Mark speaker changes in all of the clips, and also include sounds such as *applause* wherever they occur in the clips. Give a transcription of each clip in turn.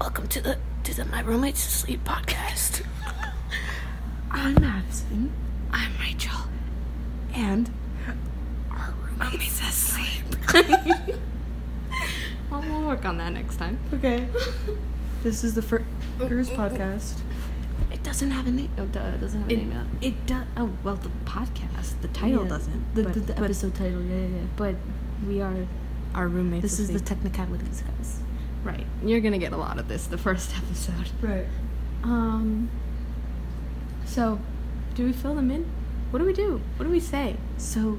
Speaker 1: Welcome to the to the My Roommates Sleep podcast.
Speaker 2: *laughs* I'm Madison,
Speaker 1: I'm Rachel.
Speaker 2: and
Speaker 1: Our roommates asleep. *laughs*
Speaker 2: well, we'll work on that next time.
Speaker 1: Okay.
Speaker 2: This is the fir- first podcast.
Speaker 1: It doesn't have a name.
Speaker 2: Oh, duh, it doesn't have a
Speaker 1: It-
Speaker 2: name yet. It does. Oh, well, the podcast, the title
Speaker 1: Yeah.
Speaker 2: doesn't.
Speaker 1: The,
Speaker 2: but,
Speaker 1: the, the
Speaker 2: but-
Speaker 1: episode title. Yeah, yeah. yeah.
Speaker 2: but we are. Our roommates.
Speaker 1: This is the
Speaker 2: asleep.
Speaker 1: technicalities, guys.
Speaker 2: right. You're gonna get a lot of this the first *laughs* episode.
Speaker 1: Right.
Speaker 2: Um. So, do we fill them in? What do we do? What do we say?
Speaker 1: So,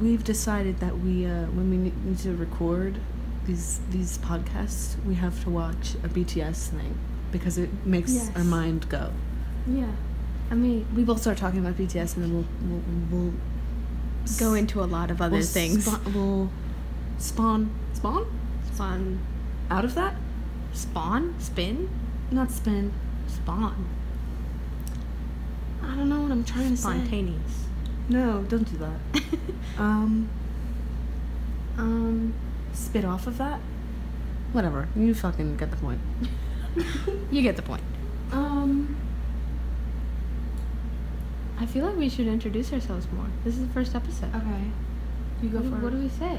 Speaker 1: we've decided that we, uh, when we ne- need to record these these podcasts, we have to watch a BTS thing because it makes
Speaker 2: Yes.
Speaker 1: our mind go.
Speaker 2: Yeah. I mean,
Speaker 1: We will start talking about BTS, and then we'll we'll, we'll
Speaker 2: go into a lot of other
Speaker 1: we'll
Speaker 2: things.
Speaker 1: Spawn, we'll spawn
Speaker 2: Spawn? Spawn.
Speaker 1: out of that.
Speaker 2: Spawn? Spin?
Speaker 1: Not spin.
Speaker 2: Spawn.
Speaker 1: I don't know what I'm trying to
Speaker 2: Spontaneous. *laughs*
Speaker 1: say. No, don't do that. Um,
Speaker 2: um,
Speaker 1: spit off of that. Whatever. You fucking get the point.
Speaker 2: you get the point.
Speaker 1: Um,
Speaker 2: I feel like we should introduce ourselves more. This is the first episode.
Speaker 1: okay. You go
Speaker 2: what, do-
Speaker 1: for
Speaker 2: what
Speaker 1: it.
Speaker 2: do we say?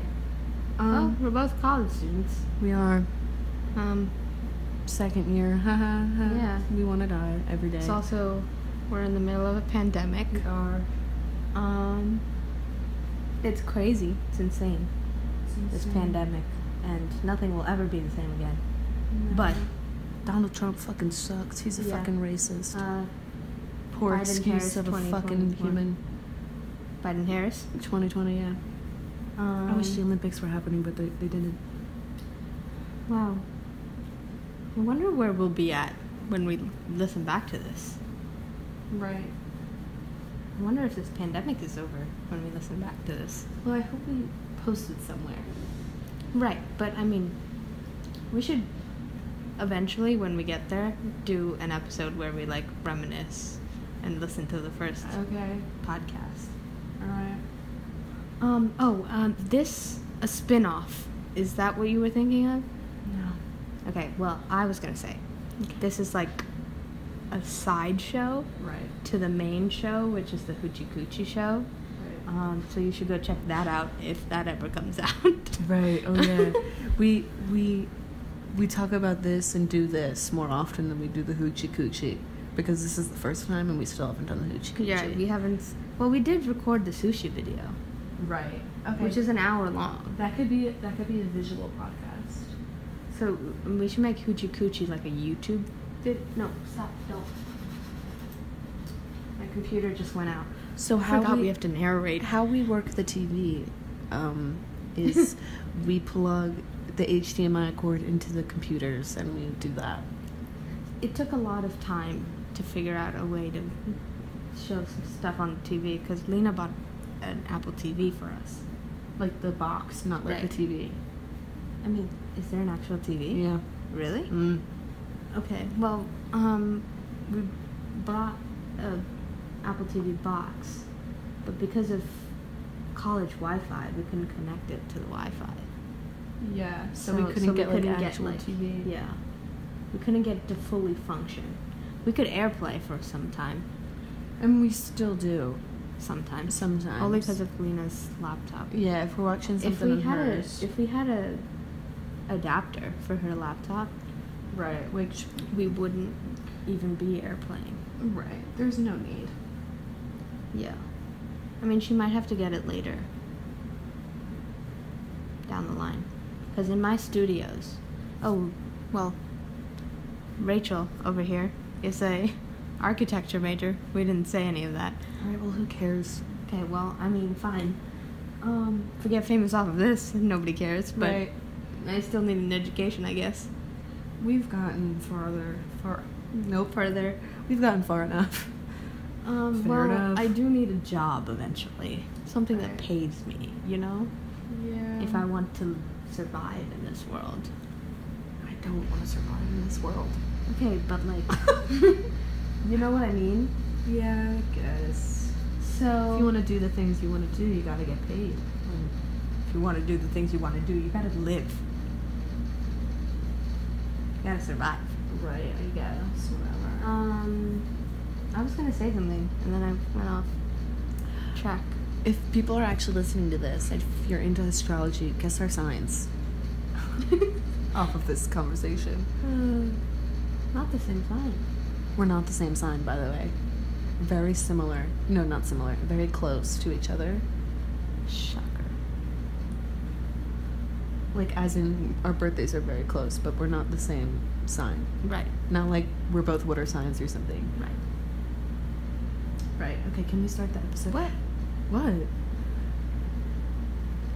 Speaker 1: um,
Speaker 2: oh, we're both college students.
Speaker 1: we are
Speaker 2: Um,
Speaker 1: second year. *laughs* Ha ha ha.
Speaker 2: Yeah.
Speaker 1: We want to die every day.
Speaker 2: it's also we're in the middle of a pandemic.
Speaker 1: we are.
Speaker 2: Um, it's crazy. It's insane. This pandemic, and nothing will ever be the same again. But
Speaker 1: Donald Trump fucking sucks. He's a
Speaker 2: Yeah.
Speaker 1: fucking racist.
Speaker 2: uh,
Speaker 1: Poor
Speaker 2: Biden
Speaker 1: excuse
Speaker 2: Harris
Speaker 1: of a fucking
Speaker 2: 2021.
Speaker 1: human.
Speaker 2: Biden Harris.
Speaker 1: 2020, yeah.
Speaker 2: Um,
Speaker 1: I wish the Olympics were happening, but they, they didn't.
Speaker 2: Wow. I wonder where we'll be at when we listen back to this.
Speaker 1: Right.
Speaker 2: I wonder if this pandemic is over when we listen back to this.
Speaker 1: Well, I hope we posted somewhere.
Speaker 2: Right, but I mean, we should eventually, when we get there, do an episode where we like reminisce and listen to the first
Speaker 1: Okay.
Speaker 2: podcast.
Speaker 1: All right.
Speaker 2: Um, oh, um, this, a spin off. Is that what you were thinking of?
Speaker 1: No.
Speaker 2: Okay, well, I was gonna say this is like a sideshow
Speaker 1: Right.
Speaker 2: to the main show, which is the Hoochie Coochie show.
Speaker 1: Right.
Speaker 2: Um, so you should go check that out if that ever comes *laughs* out.
Speaker 1: Right. Oh
Speaker 2: *laughs*
Speaker 1: yeah. we we we talk about this and do this more often than we do the hoochie coochie because this is the first time and we still haven't done the hoochie coochie.
Speaker 2: yeah, we haven't. s- Well, we did record the sushi video,
Speaker 1: right. Okay.
Speaker 2: which is an hour long.
Speaker 1: that could be that could be a visual podcast.
Speaker 2: So um, we should make Hoochie Coochie like a YouTube. Vid- no, stop! Don't. My computer just went out.
Speaker 1: So
Speaker 2: I
Speaker 1: how
Speaker 2: forgot
Speaker 1: we,
Speaker 2: we have to narrate.
Speaker 1: how we work the TV um, *laughs* is we plug the HDMI cord into the computers and we do that.
Speaker 2: It took a lot of time to figure out a way to show some stuff on the TV because Lena bought an Apple TV for us.
Speaker 1: Like the box, not like
Speaker 2: Right.
Speaker 1: the TV.
Speaker 2: I mean, is there an actual TV?
Speaker 1: Yeah.
Speaker 2: Really?
Speaker 1: Mm.
Speaker 2: Okay. Well, um, we bought a Apple TV box, but because of college Wi-Fi, we couldn't connect it to the Wi-Fi.
Speaker 1: Yeah. So, we couldn't get like actual TV.
Speaker 2: Yeah, we couldn't get to fully function. We could AirPlay for some time,
Speaker 1: And we still do
Speaker 2: sometimes,
Speaker 1: sometimes.
Speaker 2: only because of Lena's laptop.
Speaker 1: yeah, if we're watching something
Speaker 2: If we
Speaker 1: on
Speaker 2: had a,
Speaker 1: hers,
Speaker 2: if we had a adapter for her laptop,
Speaker 1: right? Which
Speaker 2: we wouldn't even be AirPlaying.
Speaker 1: right? There's no need.
Speaker 2: Yeah. I mean, she might have to get it later. Down the line. Because in my studios. Oh, well. Rachel over here is a *laughs* architecture major. We didn't say any of that.
Speaker 1: All right. Well, who cares?
Speaker 2: Okay, well, I mean, fine. Um, forget famous off of this. *laughs* Nobody cares. But
Speaker 1: Right.
Speaker 2: I still need an education, I guess.
Speaker 1: We've gotten farther. Far.
Speaker 2: No further.
Speaker 1: We've gotten far *laughs* enough.
Speaker 2: Um,
Speaker 1: Fair
Speaker 2: well,
Speaker 1: enough.
Speaker 2: I do need a job eventually. Something
Speaker 1: Right.
Speaker 2: that pays me, you know?
Speaker 1: Yeah.
Speaker 2: if I want to survive in this world.
Speaker 1: I don't want to survive in this world.
Speaker 2: Okay, but like, *laughs* you know what I mean?
Speaker 1: Yeah, I guess.
Speaker 2: So,
Speaker 1: If you want to do the things you want to do, you gotta get paid.
Speaker 2: if you want to do the things you want to do, you gotta live. Gotta survive.
Speaker 1: Right, I guess. Whatever.
Speaker 2: Um, I was gonna say something and then I went off *laughs* track.
Speaker 1: if people are actually listening to this, if you're into astrology, guess our signs off of this conversation.
Speaker 2: Uh, *sighs* not the same sign.
Speaker 1: We're not the same sign, by the way. Very similar. No, not similar. Very close to each other.
Speaker 2: Shocker.
Speaker 1: Like, as in, our birthdays are very close, but we're not the same sign.
Speaker 2: Right.
Speaker 1: Not like we're both water signs or something.
Speaker 2: Right.
Speaker 1: Right. Okay, can we start the episode?
Speaker 2: What?
Speaker 1: What?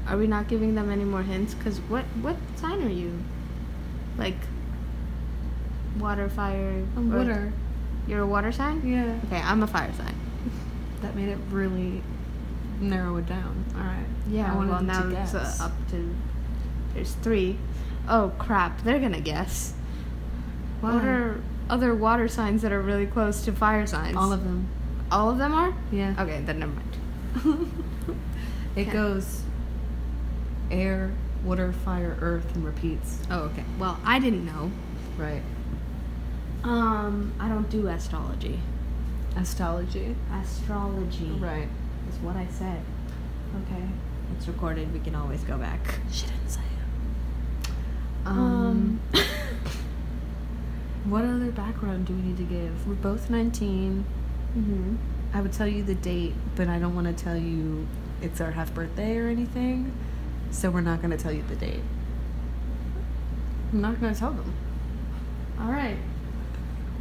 Speaker 2: Are we not giving them any more hints? Cause what what sign are you? Like water, fire.
Speaker 1: Um,
Speaker 2: or-
Speaker 1: water.
Speaker 2: You're a water sign.
Speaker 1: Yeah.
Speaker 2: Okay, I'm a fire sign.
Speaker 1: That made it really narrow it down. All right. I wanted
Speaker 2: well
Speaker 1: them
Speaker 2: now
Speaker 1: to
Speaker 2: it's
Speaker 1: guess.
Speaker 2: uh, up to. There's three. Oh crap! They're gonna guess. What
Speaker 1: Why?
Speaker 2: are other water signs that are really close to fire signs?
Speaker 1: All of them.
Speaker 2: all of them are.
Speaker 1: Yeah.
Speaker 2: Okay, then never mind.
Speaker 1: *laughs* It
Speaker 2: Yeah.
Speaker 1: goes air, water, fire, earth, and repeats.
Speaker 2: oh okay. Well, I didn't know.
Speaker 1: Right.
Speaker 2: Um, I don't do astrology.
Speaker 1: Astrology.
Speaker 2: Astrology.
Speaker 1: Right.
Speaker 2: Is what I said. Okay. It's recorded. We can always go back.
Speaker 1: She didn't say it.
Speaker 2: *laughs* Um.
Speaker 1: What other background do we need to give? We're both 19.
Speaker 2: mhm.
Speaker 1: I would tell you the date, but I don't want to tell you it's our half birthday or anything. So we're not going to tell you the date. I'm not going to tell them.
Speaker 2: All right.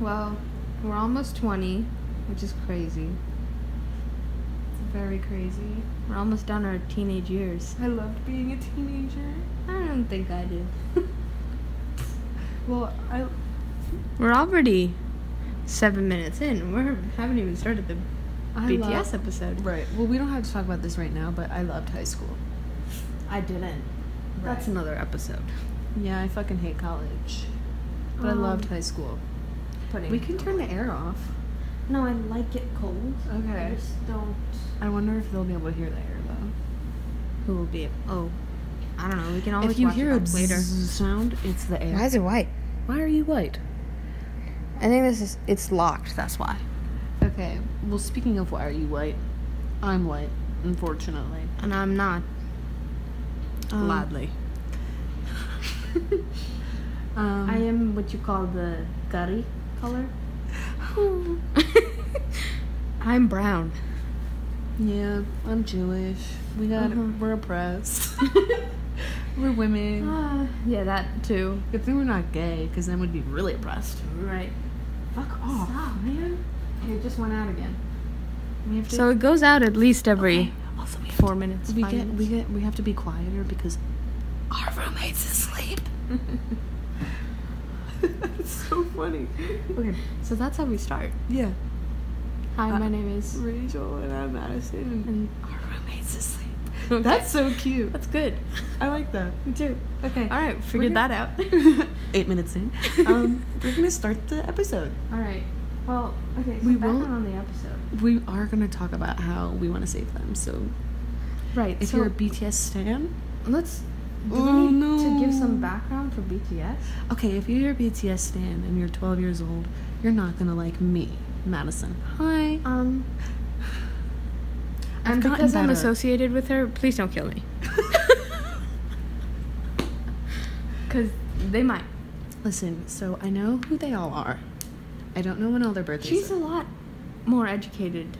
Speaker 2: Well, we're almost 20, which is crazy. It's very crazy. We're almost done our teenage years.
Speaker 1: I loved being a teenager.
Speaker 2: I don't think I *laughs* do.
Speaker 1: Well, I
Speaker 2: We're already seven minutes in. We haven't even started the
Speaker 1: I
Speaker 2: BTS
Speaker 1: love-
Speaker 2: episode.
Speaker 1: Right. Well, we don't have to talk about this right now, but I loved high school.
Speaker 2: I didn't. That's
Speaker 1: Right.
Speaker 2: another episode.
Speaker 1: Yeah, I fucking hate college. But I loved
Speaker 2: Um,
Speaker 1: high school.
Speaker 2: Putting
Speaker 1: We can turn the air off.
Speaker 2: No, I like it cold.
Speaker 1: Okay.
Speaker 2: I just don't.
Speaker 1: I wonder if they'll be able to hear the air though.
Speaker 2: Who will be? Oh, I don't know. We can always
Speaker 1: if you
Speaker 2: watch
Speaker 1: hear
Speaker 2: it
Speaker 1: a
Speaker 2: back later.
Speaker 1: zzz sound, it's the air.
Speaker 2: it white?
Speaker 1: Why are you white?
Speaker 2: I think this is it's locked. That's why.
Speaker 1: Okay. Well, speaking of why are you white, I'm white, unfortunately.
Speaker 2: And I'm not.
Speaker 1: Um,
Speaker 2: *laughs*
Speaker 1: Um,
Speaker 2: I am what you call the curry color. *laughs* I'm *laughs* brown.
Speaker 1: Yeah, I'm Jewish. We got.
Speaker 2: Uh-huh.
Speaker 1: We're oppressed. *laughs* we're women.
Speaker 2: Ah, Uh, yeah, that too.
Speaker 1: Good thing we're not gay, because then we'd be really oppressed.
Speaker 2: Right.
Speaker 1: Fuck
Speaker 2: Oh, man. It just went out again.
Speaker 1: We have to.
Speaker 2: So it goes out at least every
Speaker 1: Okay, Also, we have
Speaker 2: four
Speaker 1: to-
Speaker 2: minutes.
Speaker 1: We
Speaker 2: five
Speaker 1: get we
Speaker 2: minutes.
Speaker 1: get we have to be quieter because our roommates asleep. *laughs* That's so funny.
Speaker 2: Okay, so that's how we start.
Speaker 1: Yeah,
Speaker 2: Hi,
Speaker 1: Uh,
Speaker 2: my name is.
Speaker 1: Rachel and I'm Madison.
Speaker 2: And
Speaker 1: And our roommates asleep.
Speaker 2: Okay.
Speaker 1: That's so cute.
Speaker 2: that's *laughs* good.
Speaker 1: I like that.
Speaker 2: Me too.
Speaker 1: Okay.
Speaker 2: All right, figured
Speaker 1: gonna-
Speaker 2: that out. *laughs*
Speaker 1: Eight minutes *laughs* in. Um, we're gonna start the episode.
Speaker 2: All right. Well, okay. So
Speaker 1: We
Speaker 2: we back
Speaker 1: won't-
Speaker 2: on the episode.
Speaker 1: We are gonna talk about how we want to save them. So
Speaker 2: Right.
Speaker 1: if you're a BTS stan,
Speaker 2: let's. Do
Speaker 1: Oh,
Speaker 2: we need to give
Speaker 1: no.
Speaker 2: some background for BTS?
Speaker 1: Okay, if you're a BTS stan and you're 12 years old, you're not gonna like me, Madison. Hi.
Speaker 2: Um.
Speaker 1: I've
Speaker 2: and
Speaker 1: gotten
Speaker 2: because I'm
Speaker 1: better.
Speaker 2: associated with her, please don't kill me. *laughs* Because they might.
Speaker 1: Listen, so I know who they all are. I don't know when all their birthdays
Speaker 2: She's a
Speaker 1: are.
Speaker 2: lot more educated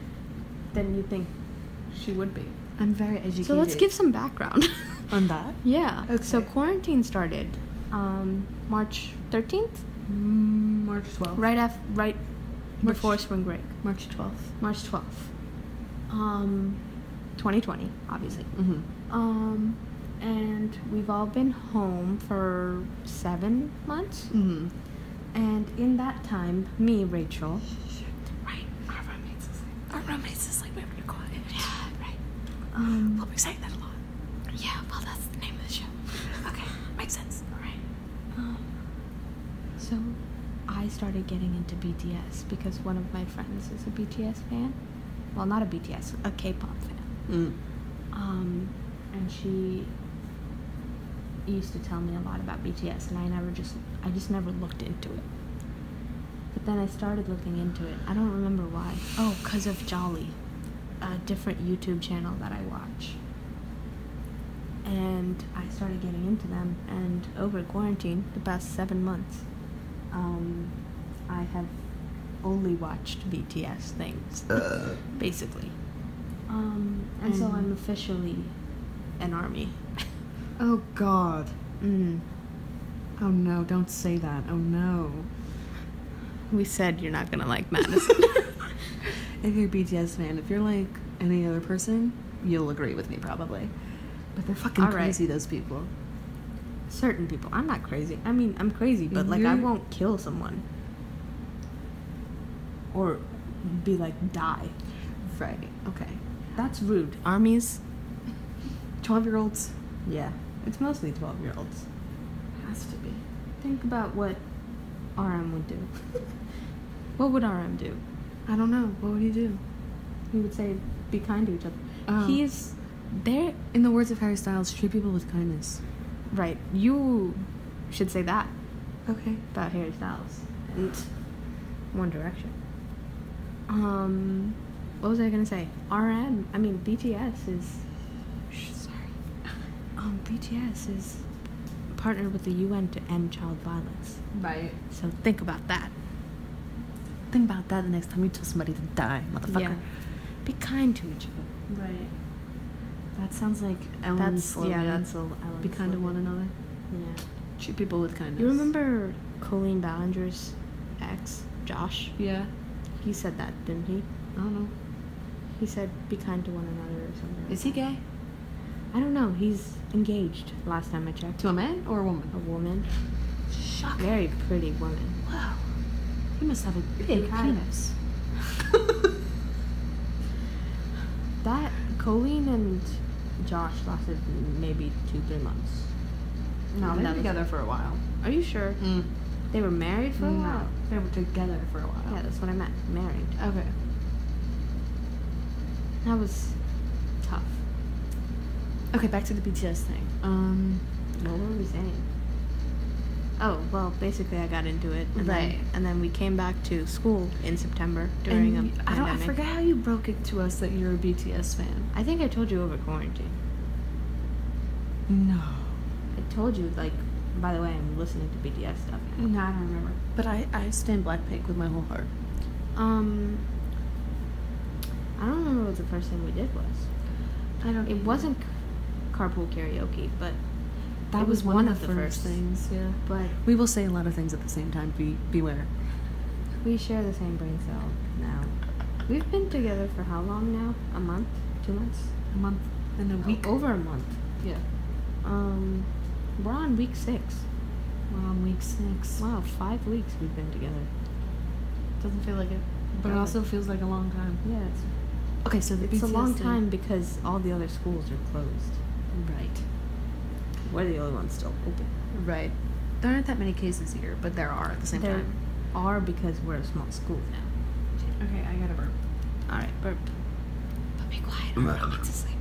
Speaker 2: than you think she would be.
Speaker 1: I'm very educated.
Speaker 2: So let's give some *laughs* background.
Speaker 1: on that.
Speaker 2: yeah. So
Speaker 1: Okay.
Speaker 2: quarantine started um, March 13th,
Speaker 1: Mm, March 12th.
Speaker 2: right after, right
Speaker 1: March-
Speaker 2: before spring break,
Speaker 1: March 12th.
Speaker 2: March 12th, um, 2020, obviously.
Speaker 1: Mm-hmm.
Speaker 2: Um, and we've all been home for seven months.
Speaker 1: Mm-hmm.
Speaker 2: And in that time, me, Rachel,
Speaker 1: Right. Our roommates is like, our roommates is like, we have to be quiet. Yeah, right.
Speaker 2: um,
Speaker 1: be saying that a lot. Yeah, well, that's the name of the show. Okay, makes sense. All right.
Speaker 2: um, so I started getting into BTS because one of my friends is a BTS fan. Well, not a BTS, a K-pop fan.
Speaker 1: Mm.
Speaker 2: Um, and she used to tell me a lot about BTS, and I never just I just never looked into it. But then I started looking into it. I don't remember why. Oh, because of Jolly, a different YouTube channel that I watch. And I started getting into them, and over quarantine, the past seven months, um, I have only watched BTS things, basically. Um, and so
Speaker 1: Mhm.
Speaker 2: I'm officially an *laughs* army.
Speaker 1: Oh God.
Speaker 2: mm.
Speaker 1: Oh no! Don't say that. Oh no.
Speaker 2: We said you're not gonna like Madison.
Speaker 1: *laughs*
Speaker 2: *laughs*
Speaker 1: if you're a BTS fan, if you're like any other person, you'll agree with me probably. But they're fucking
Speaker 2: All right.
Speaker 1: crazy. Those people.
Speaker 2: Certain people. I'm not crazy. I mean, I'm crazy, but like I
Speaker 1: You're-
Speaker 2: won't kill someone or be like die.
Speaker 1: Right. Okay.
Speaker 2: That's rude. Armies.
Speaker 1: Twelve-year-olds
Speaker 2: Yeah, it's mostly twelve year olds.
Speaker 1: has to be.
Speaker 2: Think about what RM would do. *laughs* what would RM do?
Speaker 1: I don't know. What would he do?
Speaker 2: He would say, "Be kind to each other."
Speaker 1: Oh.
Speaker 2: He's there.
Speaker 1: In the words of Harry Styles, treat people with kindness.
Speaker 2: Right. You should say that
Speaker 1: Okay.
Speaker 2: about Harry Styles and One Direction. Um, what was I gonna say? RM. I mean, BTS is. Shh, sorry. *laughs* Um, BTS is partnered with the UN to end child violence.
Speaker 1: Right.
Speaker 2: So think about that.
Speaker 1: Think about that the next time you tell somebody to die, motherfucker.
Speaker 2: Yeah. Be kind to each other.
Speaker 1: Right. That sounds like Ellen's
Speaker 2: that's
Speaker 1: slogan.
Speaker 2: yeah. That's a Ellen's
Speaker 1: Be kind to
Speaker 2: slogan.
Speaker 1: one another.
Speaker 2: Yeah.
Speaker 1: Treat people with kindness.
Speaker 2: You remember Colleen Ballinger's ex, Josh?
Speaker 1: Yeah.
Speaker 2: He said that, didn't he?
Speaker 1: I don't know.
Speaker 2: He said, "Be kind to one another" or something. like
Speaker 1: Is he
Speaker 2: that.
Speaker 1: gay?
Speaker 2: I don't know. He's engaged. Last time I checked.
Speaker 1: To a man or a
Speaker 2: a
Speaker 1: woman?
Speaker 2: woman,
Speaker 1: Shocking.
Speaker 2: very pretty
Speaker 1: *laughs*
Speaker 2: woman.
Speaker 1: Wow. He must have a
Speaker 2: Big
Speaker 1: big
Speaker 2: penis.
Speaker 1: penis. *laughs*
Speaker 2: That Colleen and Josh lasted maybe two, three months.
Speaker 1: no,
Speaker 2: That
Speaker 1: they've
Speaker 2: was-
Speaker 1: been together for a while.
Speaker 2: Are you sure
Speaker 1: Mm.
Speaker 2: they were married for a
Speaker 1: No,
Speaker 2: while?
Speaker 1: they were together for a
Speaker 2: Yeah,
Speaker 1: while.
Speaker 2: that's what I meant. Married.
Speaker 1: Okay.
Speaker 2: That was tough.
Speaker 1: Okay, back to the BTS thing. Um,
Speaker 2: What were we saying? Oh well, basically I got into it, and
Speaker 1: Right.
Speaker 2: Then, and then we came back to school in September during
Speaker 1: and
Speaker 2: a
Speaker 1: I don't. I
Speaker 2: pandemic.
Speaker 1: forget how you broke it to us that you're a BTS fan.
Speaker 2: I think I told you over quarantine.
Speaker 1: No.
Speaker 2: I told you like, by the way, I'm listening to BTS stuff. now.
Speaker 1: No, I don't remember. But I, I stand Blackpink with my whole heart.
Speaker 2: Um, I don't remember what the first thing we did was.
Speaker 1: I don't.
Speaker 2: It wasn't c- carpool karaoke, but
Speaker 1: That
Speaker 2: it
Speaker 1: was, one, of the
Speaker 2: first.
Speaker 1: first things. Yeah.
Speaker 2: but
Speaker 1: We will say a lot of things at the same time. Be beware.
Speaker 2: we share the same brain cell now. We've been together for how long now? A month? Two months?
Speaker 1: A month and Oh, a week.
Speaker 2: Over a month.
Speaker 1: Yeah.
Speaker 2: Um, we're on week six.
Speaker 1: We're on week six.
Speaker 2: Wow, five weeks we've been together.
Speaker 1: Doesn't feel like it, but it
Speaker 2: Doesn't.
Speaker 1: also feels like a long time.
Speaker 2: Yeah, it's
Speaker 1: Okay, so the
Speaker 2: it's a
Speaker 1: BTS
Speaker 2: long
Speaker 1: thing-
Speaker 2: time because all the other schools are closed.
Speaker 1: Right.
Speaker 2: We're the only ones still open.
Speaker 1: Right. There aren't that many cases here, but there are at the same
Speaker 2: there
Speaker 1: time.
Speaker 2: are because we're a small school now.
Speaker 1: Okay, I gotta burp.
Speaker 2: All right, burp. But be quiet. I'm going to sleep.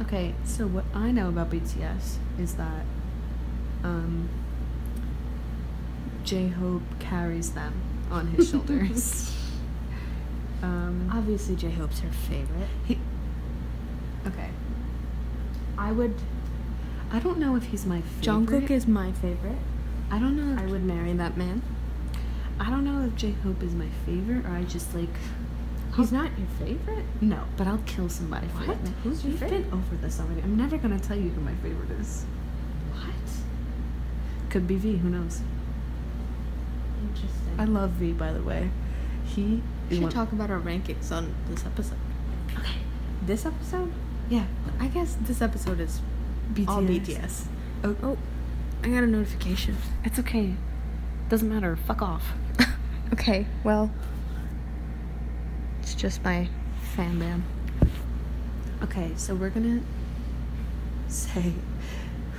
Speaker 1: Okay, so what I know about BTS is that um, J Hope carries them on his
Speaker 2: *laughs*
Speaker 1: shoulders. um,
Speaker 2: Obviously, J Hope's her favorite.
Speaker 1: he, okay,
Speaker 2: I would.
Speaker 1: I don't know if he's my favorite.
Speaker 2: Jungkook is my favorite.
Speaker 1: I don't know. If,
Speaker 2: I would marry that man.
Speaker 1: I don't know if J Hope is my favorite or I just like.
Speaker 2: He's not your favorite.
Speaker 1: No, but I'll kill somebody for
Speaker 2: What?
Speaker 1: it.
Speaker 2: Who's your
Speaker 1: We've
Speaker 2: favorite?
Speaker 1: been over this already. I'm never gonna tell you who my favorite is.
Speaker 2: What?
Speaker 1: Could be V. Who knows?
Speaker 2: Interesting.
Speaker 1: I love V. By the way, he.
Speaker 2: we
Speaker 1: is
Speaker 2: should
Speaker 1: one-
Speaker 2: talk about our rankings on this episode.
Speaker 1: Okay.
Speaker 2: This episode?
Speaker 1: Yeah.
Speaker 2: I guess this episode is
Speaker 1: BTS.
Speaker 2: all BTS.
Speaker 1: Oh,
Speaker 2: Oh, I got a notification.
Speaker 1: it's okay. Doesn't matter. Fuck off.
Speaker 2: okay, well, it's just my fan bam.
Speaker 1: Okay, so we're gonna say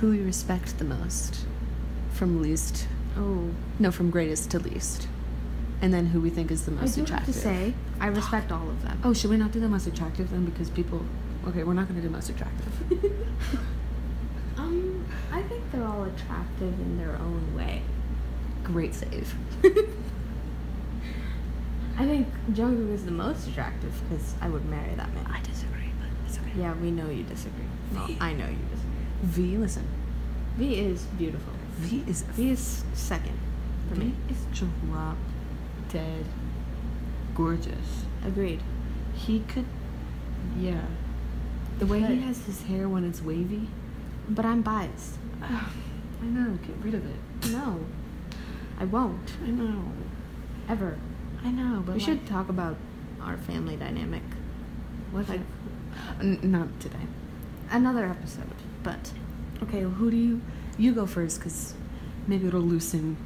Speaker 1: who we respect the most from least,
Speaker 2: Oh,
Speaker 1: no, from greatest to least, and then who we think is the most
Speaker 2: I do
Speaker 1: attractive.
Speaker 2: have to say, I respect all of them.
Speaker 1: Oh, should we not do the most attractive then? Because people. Okay, we're not gonna do most attractive.
Speaker 2: Um, think they're all attractive in their own *laughs* way.
Speaker 1: *laughs* Great save.
Speaker 2: I think Jungkook is the most attractive because I would marry that man.
Speaker 1: I disagree, but it's okay.
Speaker 2: Yeah, we know you disagree. Well,
Speaker 1: Me?
Speaker 2: I know you disagree.
Speaker 1: V, listen.
Speaker 2: V is beautiful.
Speaker 1: V is
Speaker 2: V is second for
Speaker 1: V
Speaker 2: me.
Speaker 1: is drop dead gorgeous.
Speaker 2: Agreed.
Speaker 1: He could, yeah. The way
Speaker 2: But-
Speaker 1: he has his hair when it's wavy.
Speaker 2: But
Speaker 1: *sighs*
Speaker 2: I'm biased.
Speaker 1: I know. Get rid of it.
Speaker 2: No, I won't
Speaker 1: I know.
Speaker 2: ever.
Speaker 1: I know. But
Speaker 2: we should talk about our family dynamic.
Speaker 1: What's
Speaker 2: like-
Speaker 1: N- not today.
Speaker 2: Another episode, but
Speaker 1: Okay. Who do you? You go first, cause maybe it'll loosen.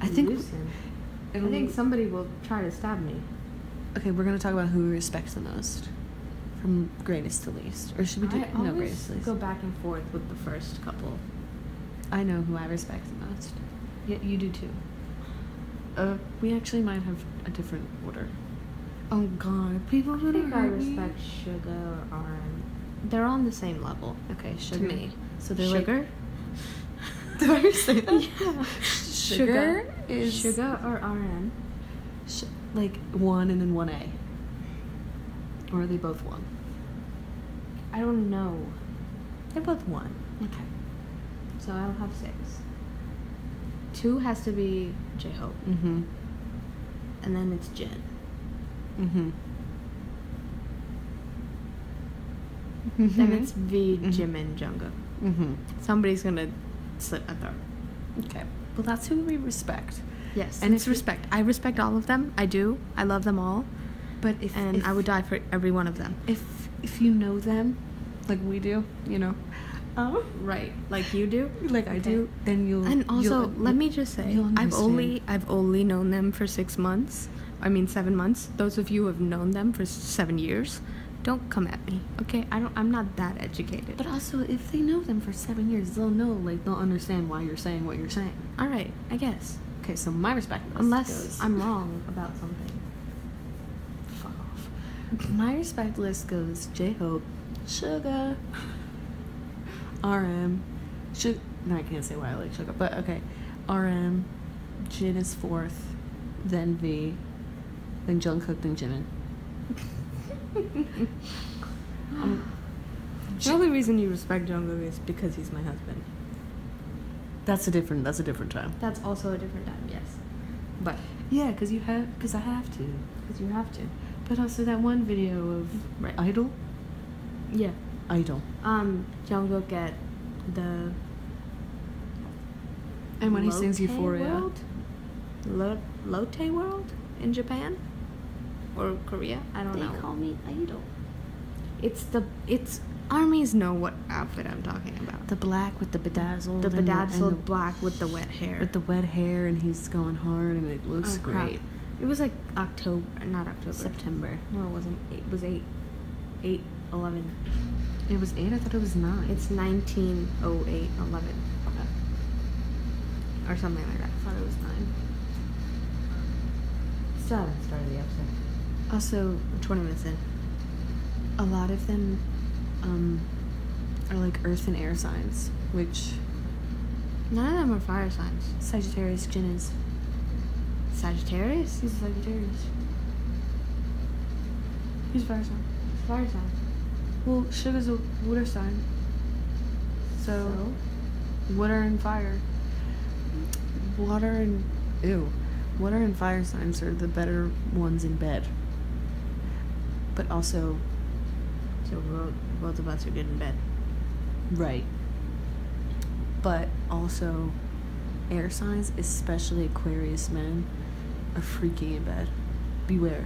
Speaker 1: I think.
Speaker 2: Loosen. I
Speaker 1: it'll-
Speaker 2: think somebody will try to stab me.
Speaker 1: Okay, we're gonna talk about who we respect the most, from greatest to least, or should we do
Speaker 2: I
Speaker 1: no
Speaker 2: always
Speaker 1: greatest to least?
Speaker 2: go back and forth with the first couple.
Speaker 1: I know who I respect the most. Yeah, you do too. Uh, we actually might have a different order. Oh God, people
Speaker 2: I
Speaker 1: who
Speaker 2: think I respect Sugar or RM. They're on the same level. *laughs*
Speaker 1: Okay,
Speaker 2: to
Speaker 1: sugar.
Speaker 2: me.
Speaker 1: So they're like-
Speaker 2: sugar.
Speaker 1: *laughs* Did I say that?
Speaker 2: Yeah.
Speaker 1: Sugar is-
Speaker 2: sugar or RM.
Speaker 1: Sh- like one and then one A. Or are they both one?
Speaker 2: I don't know. They're both one,
Speaker 1: Okay.
Speaker 2: so I'll have six. Two has to be J Hope,
Speaker 1: Mm-hmm.
Speaker 2: and then it's Jin.
Speaker 1: Mm-hmm.
Speaker 2: Then it's V,
Speaker 1: Mhm.
Speaker 2: Jimin, Jungkook.
Speaker 1: Mm-hmm.
Speaker 2: Somebody's gonna slip a third.
Speaker 1: Okay. Well, that's who we respect.
Speaker 2: Yes,
Speaker 1: And
Speaker 2: and
Speaker 1: if
Speaker 2: it's
Speaker 1: you-
Speaker 2: respect. I respect all of them. I do. I love them all,
Speaker 1: But if
Speaker 2: and
Speaker 1: if,
Speaker 2: I would die for every one of them.
Speaker 1: if if you know them, like we do, you know, um,
Speaker 2: Right, like you do.
Speaker 1: like I
Speaker 2: Okay.
Speaker 1: do, then you'll.
Speaker 2: And also,
Speaker 1: you'll-
Speaker 2: let me just say,
Speaker 1: you'll
Speaker 2: I've only
Speaker 1: understand.
Speaker 2: I've only known them for six months. I mean, seven months. Those of you who have known them for seven years, don't come at me. Okay, I don't. I'm not that educated.
Speaker 1: But also, if they know them for seven years, they'll know, like, they'll understand why you're saying what you're saying.
Speaker 2: all right, I guess.
Speaker 1: Okay, so my respect. list
Speaker 2: Unless
Speaker 1: goes-
Speaker 2: I'm wrong
Speaker 1: *laughs*
Speaker 2: about something.
Speaker 1: Fuck off. My respect list goes J Hope, Sugar, RM, Sugar. No, I can't say why I like Sugar, but okay. RM, Jin is fourth, then V, then Jungkook, then Jimin. *gasps* Um,
Speaker 2: the only reason you respect Jungkook is because he's my husband.
Speaker 1: that's a different. That's a different time.
Speaker 2: That's also a different time, yes. But
Speaker 1: Yeah, because you have. Because I have to.
Speaker 2: because you have to,
Speaker 1: But also that one video of
Speaker 2: Right.
Speaker 1: Idol.
Speaker 2: yeah.
Speaker 1: Idol.
Speaker 2: Um, Jungkook at the
Speaker 1: And when he sings
Speaker 2: Lotte
Speaker 1: Euphoria.
Speaker 2: World? Lo- Lotte World in Japan or Korea? I don't know.
Speaker 1: me Idol.
Speaker 2: it's the it's armies know what outfit I'm talking about.
Speaker 1: The black with the bedazzled.
Speaker 2: The
Speaker 1: and and
Speaker 2: bedazzled
Speaker 1: the-
Speaker 2: black with the wet hair.
Speaker 1: with the wet hair and he's going hard and it
Speaker 2: Oh,
Speaker 1: looks
Speaker 2: crap.
Speaker 1: great.
Speaker 2: It was like October, not October.
Speaker 1: September.
Speaker 2: No, it wasn't. It was eight, eight eleven.
Speaker 1: It was eight. I thought it was nine.
Speaker 2: It's nineteen oh eight eleven
Speaker 1: okay.
Speaker 2: or something like that. I thought it was nine. Still haven't started the episode. Also, twenty minutes in.
Speaker 1: a lot of them um, are like earth and air signs, which
Speaker 2: None of them are fire signs.
Speaker 1: Sagittarius Jin is.
Speaker 2: Sagittarius?
Speaker 1: He's a Sagittarius. He's a fire sign.
Speaker 2: Fire sign.
Speaker 1: Well, Sugar's a water sign. So, water and fire. Water and ew, water and fire signs are the better ones in bed. But also,
Speaker 2: So, so both, both of us are good in bed.
Speaker 1: Right. But also, air signs, especially Aquarius men, are freaky in bed. Beware.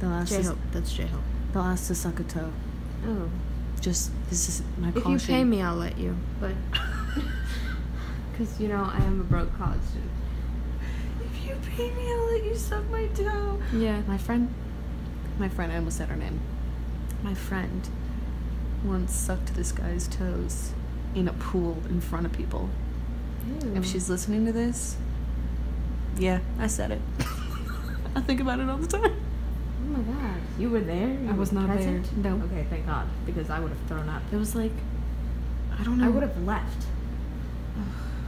Speaker 1: They'll ask,
Speaker 2: J
Speaker 1: to,
Speaker 2: Hope. Uh, That's J Hope.
Speaker 1: they'll ask to suck a toe.
Speaker 2: Oh.
Speaker 1: Just, this is my
Speaker 2: If
Speaker 1: caution.
Speaker 2: you pay me, I'll let you. *laughs* But. Because, you know, I am a broke college student.
Speaker 1: If you pay me, I'll let you suck my toe.
Speaker 2: Yeah.
Speaker 1: My friend, my friend, I almost said her name. My friend once sucked this guy's toes in a pool in front of people. If she's listening to this, yeah, I said
Speaker 2: *laughs*
Speaker 1: it. I think about it all the time.
Speaker 2: Oh my god. You were there? You
Speaker 1: I was
Speaker 2: were
Speaker 1: not there.
Speaker 2: present?
Speaker 1: No.
Speaker 2: Okay, thank god. Because I would have thrown up.
Speaker 1: It was like, I don't know.
Speaker 2: I would have left.
Speaker 1: *sighs*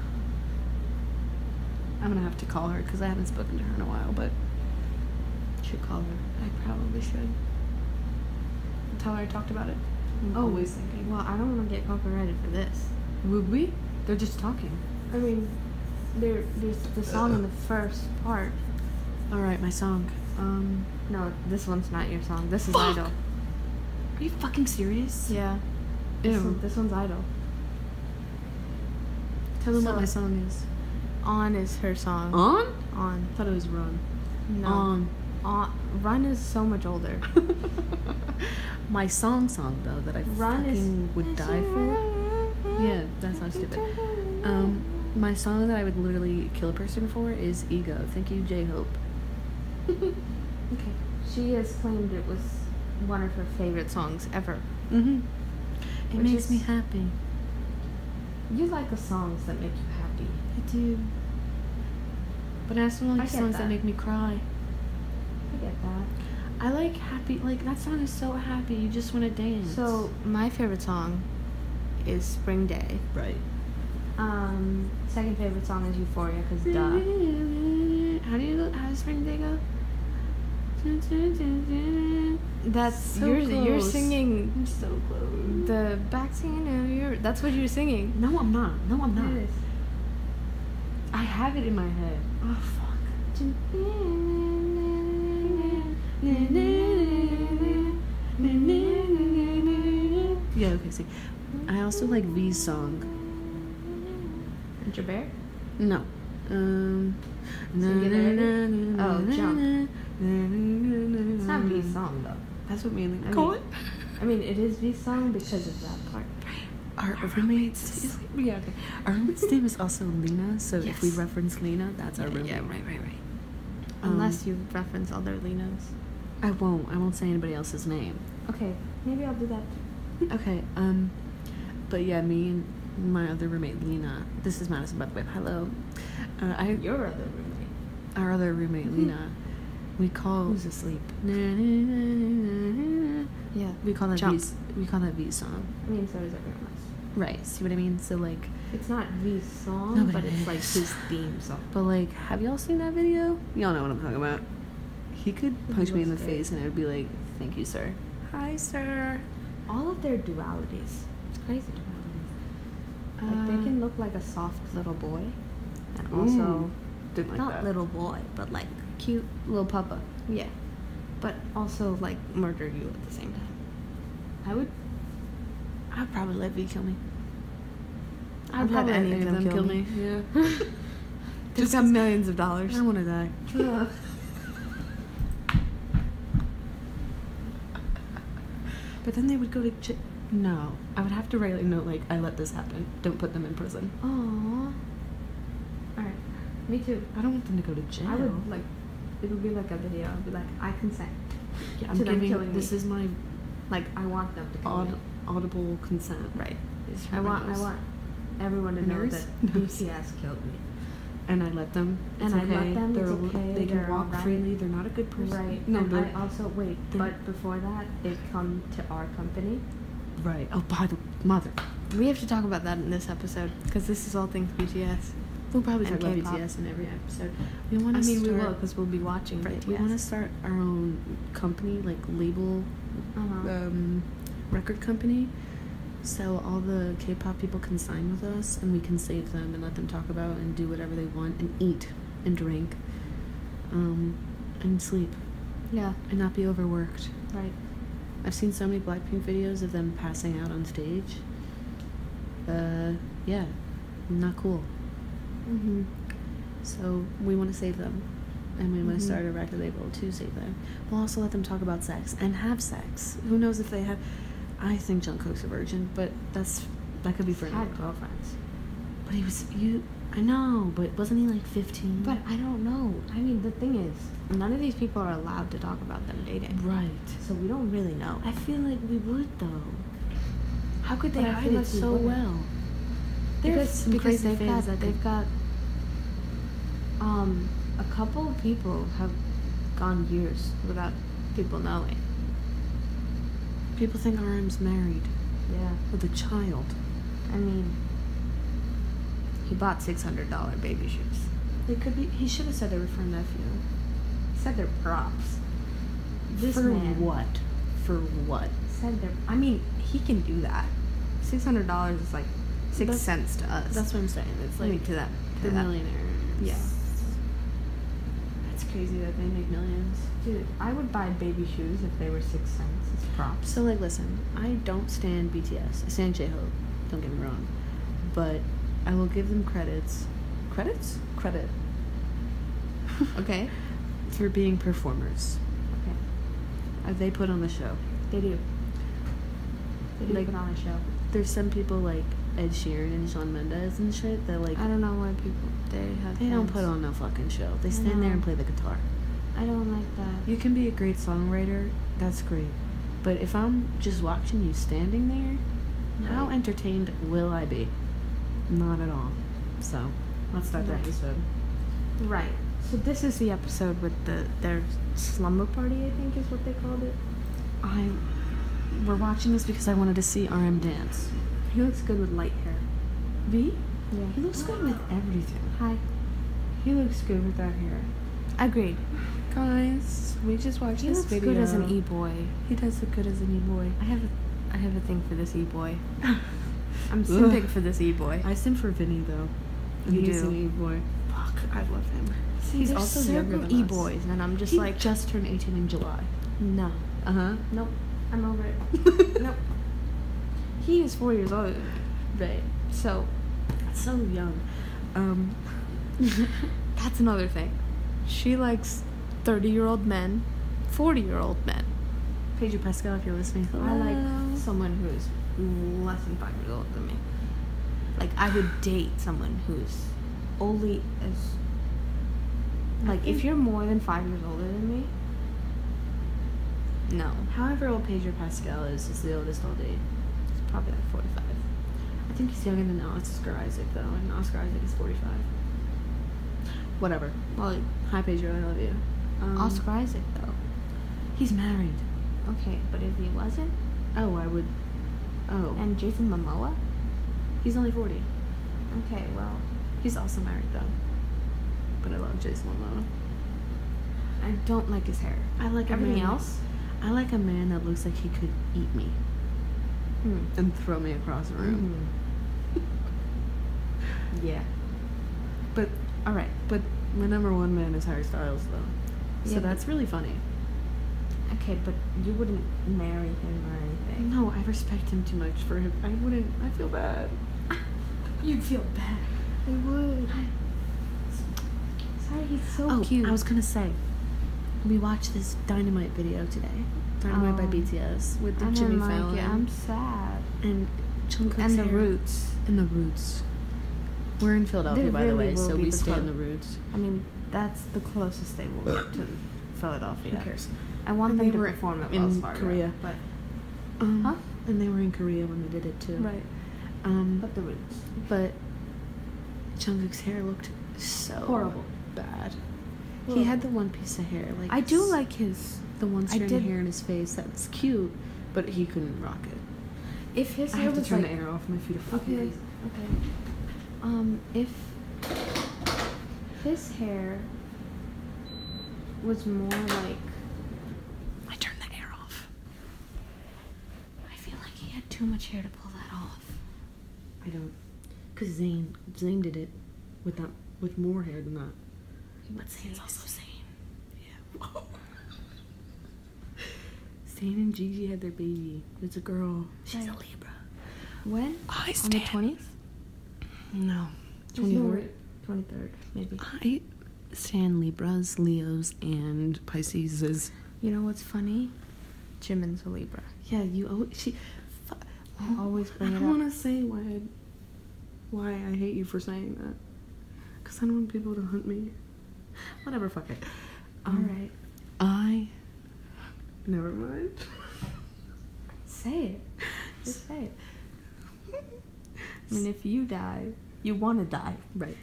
Speaker 1: I'm gonna have to call her because I haven't spoken to her in a while, but
Speaker 2: Should call her.
Speaker 1: I probably should. Tell her I talked about it. I'm
Speaker 2: Mhm.
Speaker 1: always thinking.
Speaker 2: Well, I don't want to get copyrighted for this.
Speaker 1: Would we? They're just talking.
Speaker 2: I mean, there, there's the song in the first part.
Speaker 1: All right, my song. Um,
Speaker 2: No, this one's not your song. This is
Speaker 1: Fuck!
Speaker 2: Idol.
Speaker 1: are you fucking serious?
Speaker 2: Yeah. This,
Speaker 1: Ew.
Speaker 2: one- this one's Idol.
Speaker 1: Tell them what
Speaker 2: So-
Speaker 1: my song is.
Speaker 2: On is her song.
Speaker 1: On?
Speaker 2: On.
Speaker 1: I thought it was Run.
Speaker 2: No.
Speaker 1: On. *laughs* uh,
Speaker 2: On. Run is so much older.
Speaker 1: my song song though that I
Speaker 2: Run is.
Speaker 1: fucking would die for. Yeah, that's not stupid. Um, my song that I would literally kill a person for is Ego. Thank you, J Hope.
Speaker 2: *laughs* Okay. She has claimed it was one of her favorite songs ever.
Speaker 1: Mm-hmm. It
Speaker 2: Which
Speaker 1: makes
Speaker 2: is-
Speaker 1: me happy.
Speaker 2: You like the songs that make you happy.
Speaker 1: I do. But I also like
Speaker 2: I get
Speaker 1: songs that.
Speaker 2: that.
Speaker 1: make me cry.
Speaker 2: I get that.
Speaker 1: I like happy. Like that song is so happy. You just want to dance.
Speaker 2: So my favorite song is Spring Day.
Speaker 1: right.
Speaker 2: Um, second favorite song is Euphoria, cause
Speaker 1: Duh.
Speaker 2: duh.
Speaker 1: How do you? How does Spring Day go?
Speaker 2: That's
Speaker 1: So
Speaker 2: you're you're
Speaker 1: close.
Speaker 2: singing
Speaker 1: I'm so close.
Speaker 2: the back singing of your. That's what you're singing.
Speaker 1: No, I'm not. No, I'm not.
Speaker 2: Yes.
Speaker 1: I have it in my head. Oh fuck. Yeah, okay, see. I also like V's song.
Speaker 2: Jabir?
Speaker 1: No. Um.
Speaker 2: Singularity? Oh, Jump.
Speaker 1: It's
Speaker 2: It's not V's song though.
Speaker 1: That's what me and
Speaker 2: I
Speaker 1: call
Speaker 2: mean-
Speaker 1: it.
Speaker 2: I mean, it is V's song because of that part.
Speaker 1: Our roommate's *laughs* yeah, okay. Our roommate's name is also Lena, so if we
Speaker 2: Yes.
Speaker 1: reference Lena, that's our roommate.
Speaker 2: right, right.
Speaker 1: Um,
Speaker 2: Unless you reference other Lenos.
Speaker 1: I won't. I won't say anybody else's name.
Speaker 2: Okay, maybe I'll do that.
Speaker 1: Okay. Um, but yeah, me and my other roommate Lena. This is Madison, by the way. Hello. Uh, I
Speaker 2: Your other roommate.
Speaker 1: our other roommate Lena. We call
Speaker 2: Mm-hmm. Who's
Speaker 1: asleep. We
Speaker 2: Yeah,
Speaker 1: call that
Speaker 2: Jump.
Speaker 1: V's, we call that V song.
Speaker 2: I mean, so does everyone else.
Speaker 1: Right. See what I mean? So like,
Speaker 2: It's not V's song,
Speaker 1: No, but
Speaker 2: but
Speaker 1: it
Speaker 2: it's like
Speaker 1: is.
Speaker 2: his theme song.
Speaker 1: but like, have y'all seen that video? Y'all know what I'm talking about. He could
Speaker 2: He
Speaker 1: punch me in the
Speaker 2: looks great.
Speaker 1: face, and I would be like, "Thank you, sir." Hi, sir.
Speaker 2: All of their dualities. It's crazy dualities. Like they can look like a soft little boy, and also
Speaker 1: didn't like
Speaker 2: not
Speaker 1: that.
Speaker 2: little boy, but like cute little papa. Yeah, but also like murder you at the same time. I would.
Speaker 1: I'd probably let V kill me.
Speaker 2: I'd let
Speaker 1: probably
Speaker 2: any of them kill me.
Speaker 1: Yeah.
Speaker 2: *laughs* Just got millions of dollars.
Speaker 1: I want to die.
Speaker 2: *laughs* Ugh.
Speaker 1: But then they would go to ch- no. I would have to write a note like, "I let this happen. Don't put them in prison."
Speaker 2: Aww. Alright. Me too.
Speaker 1: I don't want them to go to jail.
Speaker 2: I would like it would be like a video. I'd be like, I consent.
Speaker 1: Yeah, I'm
Speaker 2: to them
Speaker 1: giving.
Speaker 2: killing
Speaker 1: This
Speaker 2: me.
Speaker 1: is my
Speaker 2: Like I want them to come.
Speaker 1: aud- audible consent.
Speaker 2: Right.
Speaker 1: Is
Speaker 2: I want I
Speaker 1: horrendous.
Speaker 2: want everyone to know
Speaker 1: Nurse?
Speaker 2: that
Speaker 1: Nurse.
Speaker 2: BTS killed me.
Speaker 1: And I let them. It's
Speaker 2: And I let
Speaker 1: okay.
Speaker 2: them,
Speaker 1: They're
Speaker 2: it's
Speaker 1: al-
Speaker 2: okay,
Speaker 1: They can
Speaker 2: they're
Speaker 1: walk
Speaker 2: alright.
Speaker 1: freely. They're not a good person.
Speaker 2: Right.
Speaker 1: No.
Speaker 2: and
Speaker 1: They're,
Speaker 2: I also wait,
Speaker 1: they're-
Speaker 2: but before that they've come to our company.
Speaker 1: right. Oh, by the mother.
Speaker 2: We have to talk about that in this episode because this is all things BTS.
Speaker 1: We'll probably talk
Speaker 2: And
Speaker 1: about
Speaker 2: K-pop.
Speaker 1: BTS in every episode. We want
Speaker 2: I
Speaker 1: to
Speaker 2: mean,
Speaker 1: start,
Speaker 2: we will because we'll be watching.
Speaker 1: Right.
Speaker 2: BTS.
Speaker 1: We want to start our own company, like label
Speaker 2: Uh-huh.
Speaker 1: um, record company. So all the K-pop people can sign with us, and we can save them and let them talk about and do whatever they want and eat and drink, um, and sleep
Speaker 2: yeah.
Speaker 1: and not be overworked.
Speaker 2: Right.
Speaker 1: I've seen so many Blackpink videos of them passing out on stage. Uh, yeah, not cool.
Speaker 2: Mm-hmm.
Speaker 1: So we want to save them, and we want
Speaker 2: Mhm.
Speaker 1: to start a record label to save them. We'll also let them talk about sex and have sex. Who knows if they have? I think Jungkook's a virgin, but that's that could be for another.
Speaker 2: Had girlfriends.
Speaker 1: But he was you. I know, but wasn't he like fifteen?
Speaker 2: But I don't know. I mean, the thing is, none of these people are allowed to talk about them dating.
Speaker 1: right.
Speaker 2: So we don't really know.
Speaker 1: I feel like we would though. How could they
Speaker 2: But I
Speaker 1: hide
Speaker 2: feel
Speaker 1: it
Speaker 2: like we
Speaker 1: so
Speaker 2: wouldn't.
Speaker 1: well?
Speaker 2: because
Speaker 1: some
Speaker 2: because
Speaker 1: crazy
Speaker 2: they've got
Speaker 1: fans that
Speaker 2: they've
Speaker 1: could-
Speaker 2: got um a couple of people have gone years without people knowing.
Speaker 1: People think RM's married
Speaker 2: Yeah.
Speaker 1: with a child.
Speaker 2: I mean, he bought six hundred dollar baby shoes.
Speaker 1: They could be. He should have said they were for a nephew.
Speaker 2: Said they're props. This
Speaker 1: for
Speaker 2: man
Speaker 1: what? For what?
Speaker 2: said they're. I mean, he can do that. Six hundred dollars is like six
Speaker 1: That's-
Speaker 2: cents to us.
Speaker 1: That's what I'm saying. It's
Speaker 2: I mean,
Speaker 1: like
Speaker 2: to them.
Speaker 1: the
Speaker 2: To them.
Speaker 1: millionaires.
Speaker 2: Yeah.
Speaker 1: That's crazy that they make millions.
Speaker 2: Dude, I would buy baby shoes if they were six cents. It's props.
Speaker 1: So like, listen, I don't stand BTS. I stand J-Hope. Don't get me wrong, but I will give them credits. Credits? Credit.
Speaker 2: *laughs* Okay.
Speaker 1: For being performers,
Speaker 2: Okay.
Speaker 1: Uh, they put on the show.
Speaker 2: They do. They do
Speaker 1: Like-
Speaker 2: put on a show.
Speaker 1: There's some people like Ed Sheeran and Shawn Mendes and shit that like
Speaker 2: I don't know why people they have.
Speaker 1: they don't
Speaker 2: fans.
Speaker 1: put on no fucking show. They
Speaker 2: I
Speaker 1: stand there
Speaker 2: know.
Speaker 1: and play the guitar.
Speaker 2: I don't like that.
Speaker 1: You can be a great songwriter. That's great. But if I'm just watching you standing there,
Speaker 2: No.
Speaker 1: how entertained will I be? Not at all. So, let's start
Speaker 2: Right.
Speaker 1: the episode.
Speaker 2: Right. So this is the episode with the their slumber party. I think is what they called it.
Speaker 1: I we're watching this because I wanted to see RM dance.
Speaker 2: He looks good with light hair.
Speaker 1: V?
Speaker 2: Yeah.
Speaker 1: He looks good with everything.
Speaker 2: Hi. He looks good with that hair. Agreed.
Speaker 1: Guys, we just watched
Speaker 2: He looks good as an e boy.
Speaker 1: He does look good as an e boy.
Speaker 2: I have a, I have a thing for this e *laughs* boy. I'm simping for this e boy.
Speaker 1: I sim for Vinny though.
Speaker 2: You
Speaker 1: He's
Speaker 2: do.
Speaker 1: an e boy. Fuck, I love him.
Speaker 2: He's also younger
Speaker 1: than
Speaker 2: e
Speaker 1: us.
Speaker 2: boys, and I'm just
Speaker 1: he
Speaker 2: like
Speaker 1: just turned 18 in July.
Speaker 2: no,
Speaker 1: Uh huh.
Speaker 2: nope. I'm over it. *laughs*
Speaker 1: nope.
Speaker 2: nope. He is four years old.
Speaker 1: Right.
Speaker 2: So
Speaker 1: So young. Um. *laughs*
Speaker 2: *laughs* That's another thing. She likes 30 year old men, 40 year old men.
Speaker 1: Pedro Pascal, if you're listening.
Speaker 2: I like
Speaker 1: Hello.
Speaker 2: someone who's less than five years older than me. Like, I would date someone who's only as.
Speaker 1: I
Speaker 2: Like, if
Speaker 1: think-
Speaker 2: you're more than five years older than me, no.
Speaker 1: However old Pedro Pascal is, is the oldest I'll date.
Speaker 2: It's probably like 45.
Speaker 1: I think he's younger than Oscar Isaac though, and Oscar Isaac is 45. Whatever.
Speaker 2: Well,
Speaker 1: Hi Pedro, I love you. Um,
Speaker 2: Oscar Isaac, though.
Speaker 1: He's married.
Speaker 2: Okay, but if he wasn't,
Speaker 1: Oh, I would. Oh.
Speaker 2: and Jason Momoa?
Speaker 1: he's only 40.
Speaker 2: Okay, well,
Speaker 1: He's also married though. But I love Jason Momoa.
Speaker 2: I don't like his hair.
Speaker 1: I like a
Speaker 2: everything
Speaker 1: man-
Speaker 2: else.
Speaker 1: I like a man that looks like he could eat me
Speaker 2: Hmm.
Speaker 1: and throw me across the room.
Speaker 2: Yeah.
Speaker 1: But all right, but my number one man is Harry Styles though. So
Speaker 2: Yeah, but-
Speaker 1: that's really funny.
Speaker 2: Okay, but you wouldn't marry him or anything.
Speaker 1: No, I respect him too much for him. I wouldn't. I feel bad.
Speaker 2: You'd feel bad.
Speaker 1: I would.
Speaker 2: Sorry, he's so
Speaker 1: oh,
Speaker 2: cute.
Speaker 1: I was gonna say, we watched this Dynamite video today. Dynamite by
Speaker 2: Oh.
Speaker 1: BTS with the
Speaker 2: I
Speaker 1: Jimmy
Speaker 2: didn't like
Speaker 1: Fallon
Speaker 2: it. I'm sad.
Speaker 1: and Jungkook's
Speaker 2: and the
Speaker 1: hair.
Speaker 2: roots.
Speaker 1: And the Roots. We're in Philadelphia,
Speaker 2: They
Speaker 1: by the
Speaker 2: really
Speaker 1: way,
Speaker 2: will
Speaker 1: so
Speaker 2: be
Speaker 1: we
Speaker 2: the
Speaker 1: stay in
Speaker 2: club.
Speaker 1: the Roots.
Speaker 2: I mean, that's the closest they will get to Philadelphia.
Speaker 1: Who cares?
Speaker 2: I want
Speaker 1: And
Speaker 2: them
Speaker 1: they
Speaker 2: to
Speaker 1: were
Speaker 2: perform at
Speaker 1: in
Speaker 2: Wells Fargo,
Speaker 1: Korea.
Speaker 2: but
Speaker 1: Um,
Speaker 2: Huh?
Speaker 1: And they were in Korea when they did it too.
Speaker 2: right.
Speaker 1: Um,
Speaker 2: But the roots.
Speaker 1: But Jungkook's hair looked so
Speaker 2: Horrible.
Speaker 1: bad.
Speaker 2: Horrible.
Speaker 1: He had the one piece of hair. Like
Speaker 2: I do
Speaker 1: s-
Speaker 2: like his.
Speaker 1: the one
Speaker 2: I
Speaker 1: strand of
Speaker 2: did-
Speaker 1: hair in his face. That was cute, but he couldn't rock it.
Speaker 2: If his
Speaker 1: I
Speaker 2: hair
Speaker 1: have to
Speaker 2: was
Speaker 1: turn
Speaker 2: like
Speaker 1: the air off. My feet are fucking
Speaker 2: Okay.
Speaker 1: crazy.
Speaker 2: Okay. Um, if his hair was more like
Speaker 1: I turned the air off.
Speaker 2: I feel like he had too much hair to pull that off.
Speaker 1: I don't, cause Zayn Zayn did it with that with more hair than that.
Speaker 2: But
Speaker 1: Zayn's also Zayn. *laughs* Yeah. Zayn and Gigi had their baby. It's a girl. She's a
Speaker 2: Right.
Speaker 1: Libra.
Speaker 2: When?
Speaker 1: I
Speaker 2: On the twentieth?
Speaker 1: No.
Speaker 2: Twenty third, maybe.
Speaker 1: I stand Libras, Leos, and Pisces.
Speaker 2: You know what's funny? Jimin's a Libra.
Speaker 1: Yeah, you always she. Fu-
Speaker 2: Oh, I always bring
Speaker 1: I
Speaker 2: it
Speaker 1: don't
Speaker 2: up.
Speaker 1: want to say why. I, why I hate you for saying that. Cause I don't want people to hunt me. Whatever, fuck it. Um,
Speaker 2: All right.
Speaker 1: I. Never mind. *laughs*
Speaker 2: Say it. Just say it. I mean, if you die, you want to die.
Speaker 1: right.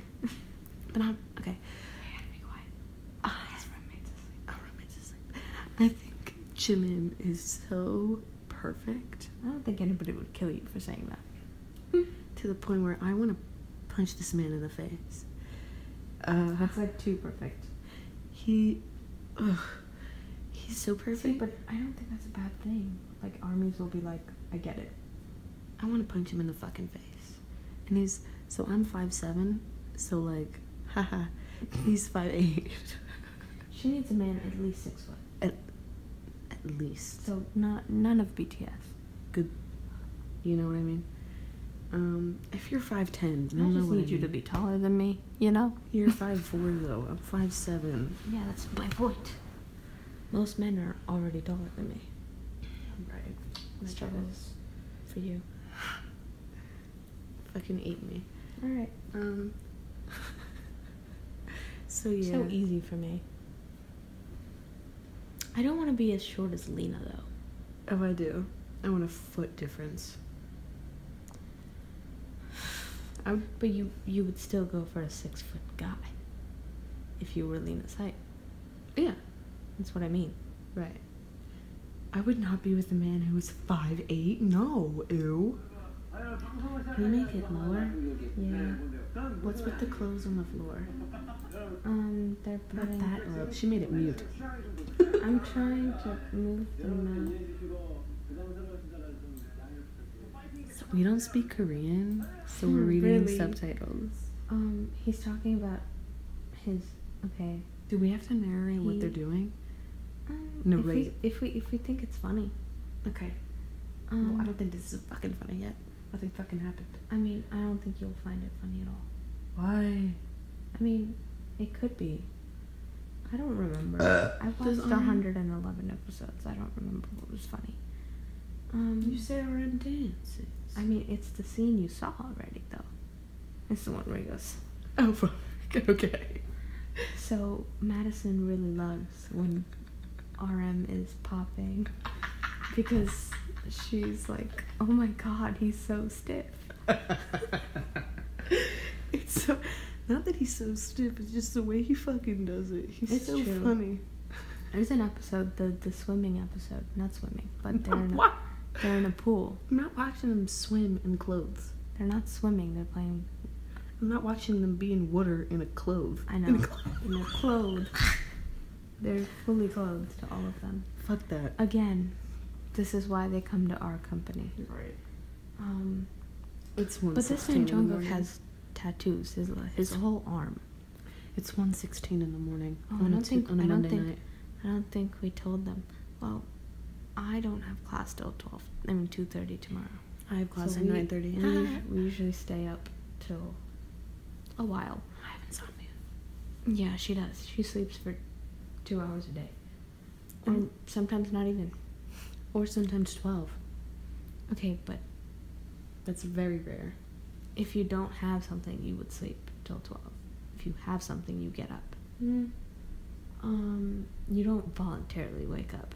Speaker 1: But I'm okay.
Speaker 2: I gotta be quiet. His roommate's asleep.
Speaker 1: Our roommate's asleep. I think Jimin is so perfect
Speaker 2: I don't think anybody would kill you for saying that.
Speaker 1: to the point where I want to punch this man in the face. Uh,
Speaker 2: It's like too perfect.
Speaker 1: he, ugh, he's so perfect.
Speaker 2: See, but I don't think that's a bad thing. Like armies will be like, I get it.
Speaker 1: I want to punch him in the fucking face. And he's so I'm five seven, so like, *laughs* haha, he's five eight. *laughs*
Speaker 2: She needs a man at least six foot.
Speaker 1: at, at least.
Speaker 2: So not none of BTS.
Speaker 1: good. You know what I mean? Um, if you're five ten,
Speaker 2: I just need you to be taller than me. You know. *laughs*
Speaker 1: You're five four though. I'm five seven.
Speaker 2: Yeah, that's my point. Most men are already taller than me.
Speaker 1: Right.
Speaker 2: My troubles for you.
Speaker 1: Fucking eat me.
Speaker 2: All right.
Speaker 1: Um. *laughs* so yeah.
Speaker 2: So easy for me. I don't want to be as short as Lena though.
Speaker 1: Oh, I do. I want a foot difference. I would
Speaker 2: But you you would still go for a six foot guy. If you were Lena's height.
Speaker 1: yeah.
Speaker 2: That's what I mean.
Speaker 1: Right. I would not be with a man who was five eight. No, ew.
Speaker 2: Can we make it lower? Yeah.
Speaker 1: What's with the clothes on the floor?
Speaker 2: Um, they're
Speaker 1: Not
Speaker 2: putting.
Speaker 1: that low. She made it mute.
Speaker 2: I'm trying to move them out.
Speaker 1: So we don't speak Korean, so we're reading
Speaker 2: Really?
Speaker 1: subtitles.
Speaker 2: Um, he's talking about his. Okay.
Speaker 1: Do we have to narrate what
Speaker 2: He-
Speaker 1: they're doing?
Speaker 2: Um,
Speaker 1: No,
Speaker 2: if
Speaker 1: right.
Speaker 2: We, if we if we think it's funny.
Speaker 1: Okay.
Speaker 2: Um,
Speaker 1: well, I don't think this is fucking funny yet. Nothing fucking happened.
Speaker 2: I mean, I don't think you'll find it funny at all.
Speaker 1: Why?
Speaker 2: I mean, it could be. I don't remember. I
Speaker 1: Does
Speaker 2: watched
Speaker 1: Armin-
Speaker 2: 111 episodes. I don't remember what was funny. Um,
Speaker 1: You say we're in dances.
Speaker 2: I mean, it's the scene you saw already, though. It's the one where he goes.
Speaker 1: Oh *laughs* fuck. Okay.
Speaker 2: So Madison really loves when RM is popping because she's like, "Oh my God, he's so stiff."
Speaker 1: *laughs* it's so not that he's so stiff. It's just the way he fucking does it. He's
Speaker 2: It's
Speaker 1: so
Speaker 2: true.
Speaker 1: funny.
Speaker 2: There's an episode, the the swimming episode, not swimming, but they're
Speaker 1: No, *laughs*
Speaker 2: in,
Speaker 1: what?
Speaker 2: a, they're in a pool.
Speaker 1: I'm not watching them swim in clothes.
Speaker 2: They're not swimming. They're playing
Speaker 1: I'm not watching them be in water in a clothes.
Speaker 2: I know.
Speaker 1: In a clothes.
Speaker 2: In a clothes. They're fully clothed, all of them.
Speaker 1: *laughs* Fuck that.
Speaker 2: Again, this is why they come to our company.
Speaker 1: Right.
Speaker 2: Um,
Speaker 1: It's one.
Speaker 2: but this man Jungkook has tattoos. His his whole arm.
Speaker 1: It's one sixteen in the morning.
Speaker 2: Oh, I
Speaker 1: on a
Speaker 2: don't
Speaker 1: Tu-
Speaker 2: think-
Speaker 1: on a
Speaker 2: I don't
Speaker 1: Monday
Speaker 2: think-
Speaker 1: night.
Speaker 2: I don't think we told them. Well, I don't have class till twelve. I mean two thirty tomorrow.
Speaker 1: I have class
Speaker 2: So
Speaker 1: at
Speaker 2: we-
Speaker 1: nine thirty. *laughs*
Speaker 2: We, usu- *laughs* we usually stay up till a while.
Speaker 1: I have insomnia.
Speaker 2: Yeah, she does. She sleeps for two hours a day, or
Speaker 1: Mm.
Speaker 2: sometimes not even.
Speaker 1: Or sometimes twelve.
Speaker 2: Okay, but
Speaker 1: That's very rare.
Speaker 2: if you don't have something, you would sleep till 12. If you have something, you get up.
Speaker 1: Mm.
Speaker 2: Um, you don't voluntarily wake up.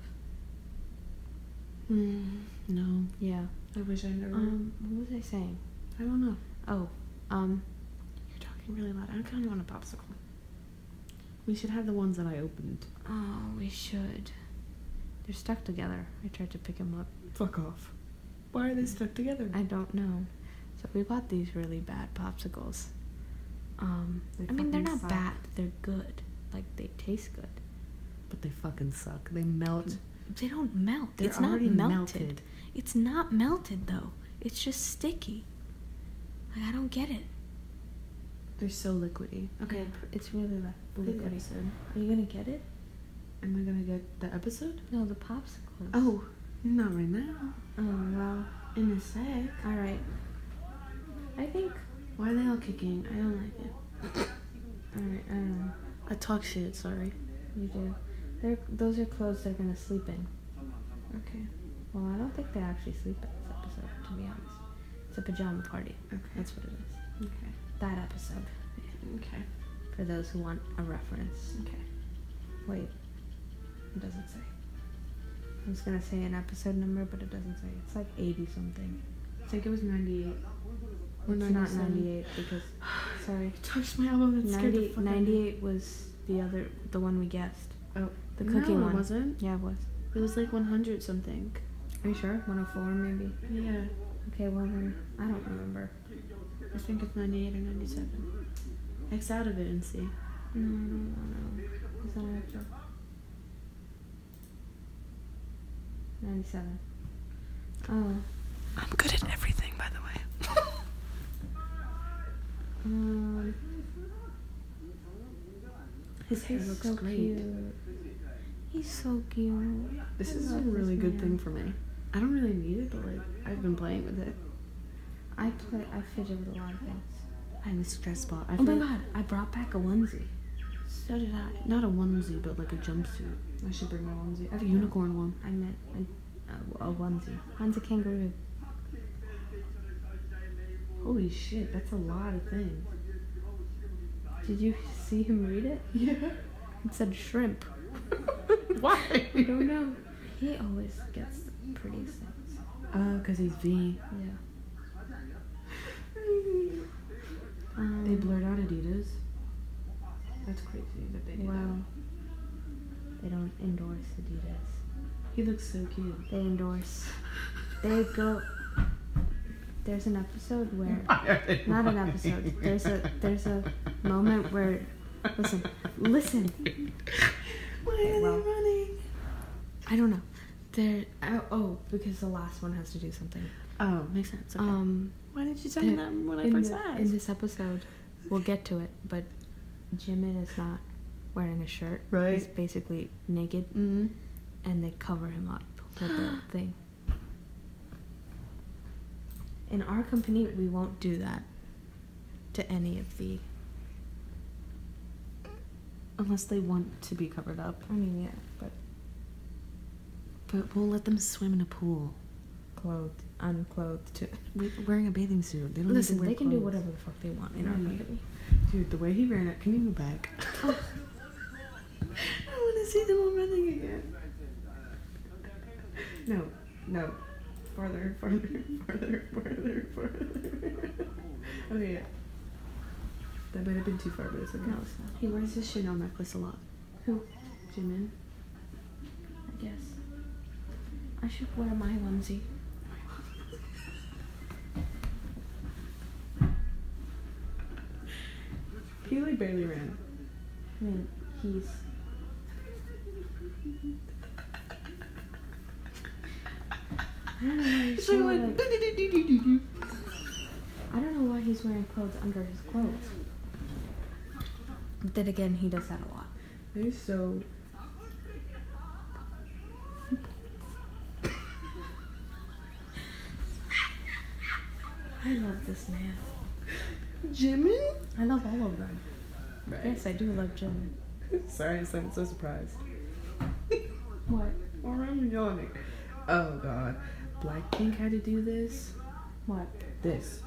Speaker 1: Mm, no.
Speaker 2: Yeah.
Speaker 1: I wish I never.
Speaker 2: Um, what was I saying?
Speaker 1: I don't know.
Speaker 2: Oh, um,
Speaker 1: You're talking really loud. I kind of want a popsicle. We should have the ones that I opened.
Speaker 2: oh, we should. They're stuck together. I tried to pick them up.
Speaker 1: Fuck off. Why are they stuck together?
Speaker 2: I don't know. So we bought these really bad popsicles. Um,
Speaker 1: They
Speaker 2: I mean, they're
Speaker 1: fucking
Speaker 2: not
Speaker 1: suck.
Speaker 2: bad. They're good. Like, they taste good.
Speaker 1: but they fucking suck. They melt.
Speaker 2: They don't melt.
Speaker 1: They're
Speaker 2: it's not
Speaker 1: already
Speaker 2: melted.
Speaker 1: melted.
Speaker 2: It's not melted though. It's just sticky. Like I don't get it.
Speaker 1: They're so liquidy.
Speaker 2: Okay, it's really like
Speaker 1: Good episode.
Speaker 2: Are you gonna get it?
Speaker 1: Am I gonna get the episode?
Speaker 2: No, the popsicles.
Speaker 1: Oh, not right now.
Speaker 2: Oh well.
Speaker 1: In a sec.
Speaker 2: All right. I think.
Speaker 1: Why are they all kicking? I don't like it.
Speaker 2: All right. I don't know.
Speaker 1: I talk shit. Sorry.
Speaker 2: You do. They're those are clothes they're gonna sleep in.
Speaker 1: Okay.
Speaker 2: Well, I don't think they actually sleep in this episode. To be honest, it's a pajama party.
Speaker 1: Okay.
Speaker 2: That's what it is.
Speaker 1: okay.
Speaker 2: That episode.
Speaker 1: Okay.
Speaker 2: For those who want a reference.
Speaker 1: Okay.
Speaker 2: Wait, it doesn't say. I was gonna say an episode number, but it doesn't say. It's like 80 something.
Speaker 1: I think it was 98. Or
Speaker 2: it's
Speaker 1: 97.
Speaker 2: not 98
Speaker 1: *sighs*
Speaker 2: because, sorry,
Speaker 1: Touched my elbow. That scared the
Speaker 2: 90,
Speaker 1: fuck out of me.
Speaker 2: 98 was the other, the one we guessed.
Speaker 1: Oh,
Speaker 2: The cookie
Speaker 1: no,
Speaker 2: one.
Speaker 1: it wasn't.
Speaker 2: Yeah, it was.
Speaker 1: It was like 100 something.
Speaker 2: Are you sure? 104 maybe.
Speaker 1: Yeah,
Speaker 2: Okay, well then, I don't remember.
Speaker 1: I think it's 98 or 97. X out of it and see.
Speaker 2: No, I don't want to. Is that an actual? 97. Oh,
Speaker 1: I'm good at everything, by the *laughs* way.
Speaker 2: um. His hair
Speaker 1: Hair looks
Speaker 2: so
Speaker 1: great.
Speaker 2: cute. He's so cute.
Speaker 1: This
Speaker 2: I
Speaker 1: is a
Speaker 2: love this
Speaker 1: really good
Speaker 2: man.
Speaker 1: thing for me. I don't really need it, but like I've been playing with it.
Speaker 2: I play. I fidget with a lot of things.
Speaker 1: I have a stress ball. I
Speaker 2: Oh my
Speaker 1: feel-
Speaker 2: god! I brought back a onesie.
Speaker 1: So did I. Not a onesie, but like a jumpsuit. I should bring my onesie. I have a
Speaker 2: Yeah.
Speaker 1: unicorn one.
Speaker 2: I meant a, a, a onesie. One's a kangaroo.
Speaker 1: Holy shit, that's a lot of things.
Speaker 2: Did you see him read it?
Speaker 1: Yeah.
Speaker 2: It said shrimp.
Speaker 1: *laughs* Why?
Speaker 2: I don't know. He always gets the prettiest things.
Speaker 1: Uh, cause he's V.
Speaker 2: Yeah. Um,
Speaker 1: They blurred out Adidas. Mm. That's crazy that they did
Speaker 2: Wow.
Speaker 1: that.
Speaker 2: They don't endorse Adidas.
Speaker 1: He looks so cute.
Speaker 2: They endorse. They go. There's an episode where. Not an episode. There's a there's a moment where listen, listen.
Speaker 1: Why
Speaker 2: Okay, well.
Speaker 1: running?
Speaker 2: I don't know. There oh, oh because the last one has to do something.
Speaker 1: Oh, makes sense. Okay.
Speaker 2: Um
Speaker 1: Why did you tell
Speaker 2: there-
Speaker 1: me that when I
Speaker 2: in
Speaker 1: first
Speaker 2: the-
Speaker 1: asked?
Speaker 2: in this episode, we'll get to it, but Jimin is not wearing a shirt. He's
Speaker 1: Right.
Speaker 2: basically naked,
Speaker 1: mm
Speaker 2: and they cover him up with *gasps* a thing. In our company, we won't do that to any of the.
Speaker 1: Unless they want to be covered up.
Speaker 2: I mean, yeah, but
Speaker 1: But we'll let them swim in a pool.
Speaker 2: clothed, unclothed too.
Speaker 1: With wearing a bathing suit. They don't
Speaker 2: Listen,
Speaker 1: need to wear
Speaker 2: they can do
Speaker 1: clothes.
Speaker 2: whatever the fuck they want in our
Speaker 1: Right.
Speaker 2: *laughs* company.
Speaker 1: Dude, the way he ran it, can you go back? I want to see them all running again. No, no. Farther, farther, farther, farther, farther. oh, yeah. That might have been too far, but it's okay.
Speaker 2: No, it's not.
Speaker 1: He wears his Chanel necklace a lot.
Speaker 2: Who?
Speaker 1: Jimin?
Speaker 2: I guess. I should wear my *laughs* onesie.
Speaker 1: He like barely ran.
Speaker 2: I mean, he's. I don't know why he's
Speaker 1: He's like,
Speaker 2: so,
Speaker 1: like,
Speaker 2: like-
Speaker 1: "Do-do-do-do-do-do."
Speaker 2: I don't know why he's wearing clothes under his clothes. But then again, he does that a lot.
Speaker 1: *laughs* They're so.
Speaker 2: I love this man.
Speaker 1: Jimin?
Speaker 2: I love all of them.
Speaker 1: Right.
Speaker 2: Yes, I do love Jimin.
Speaker 1: Sorry, I'm so surprised.
Speaker 2: What?
Speaker 1: Or I'm yawning. Oh god. Blackpink had to do this.
Speaker 2: What?
Speaker 1: This.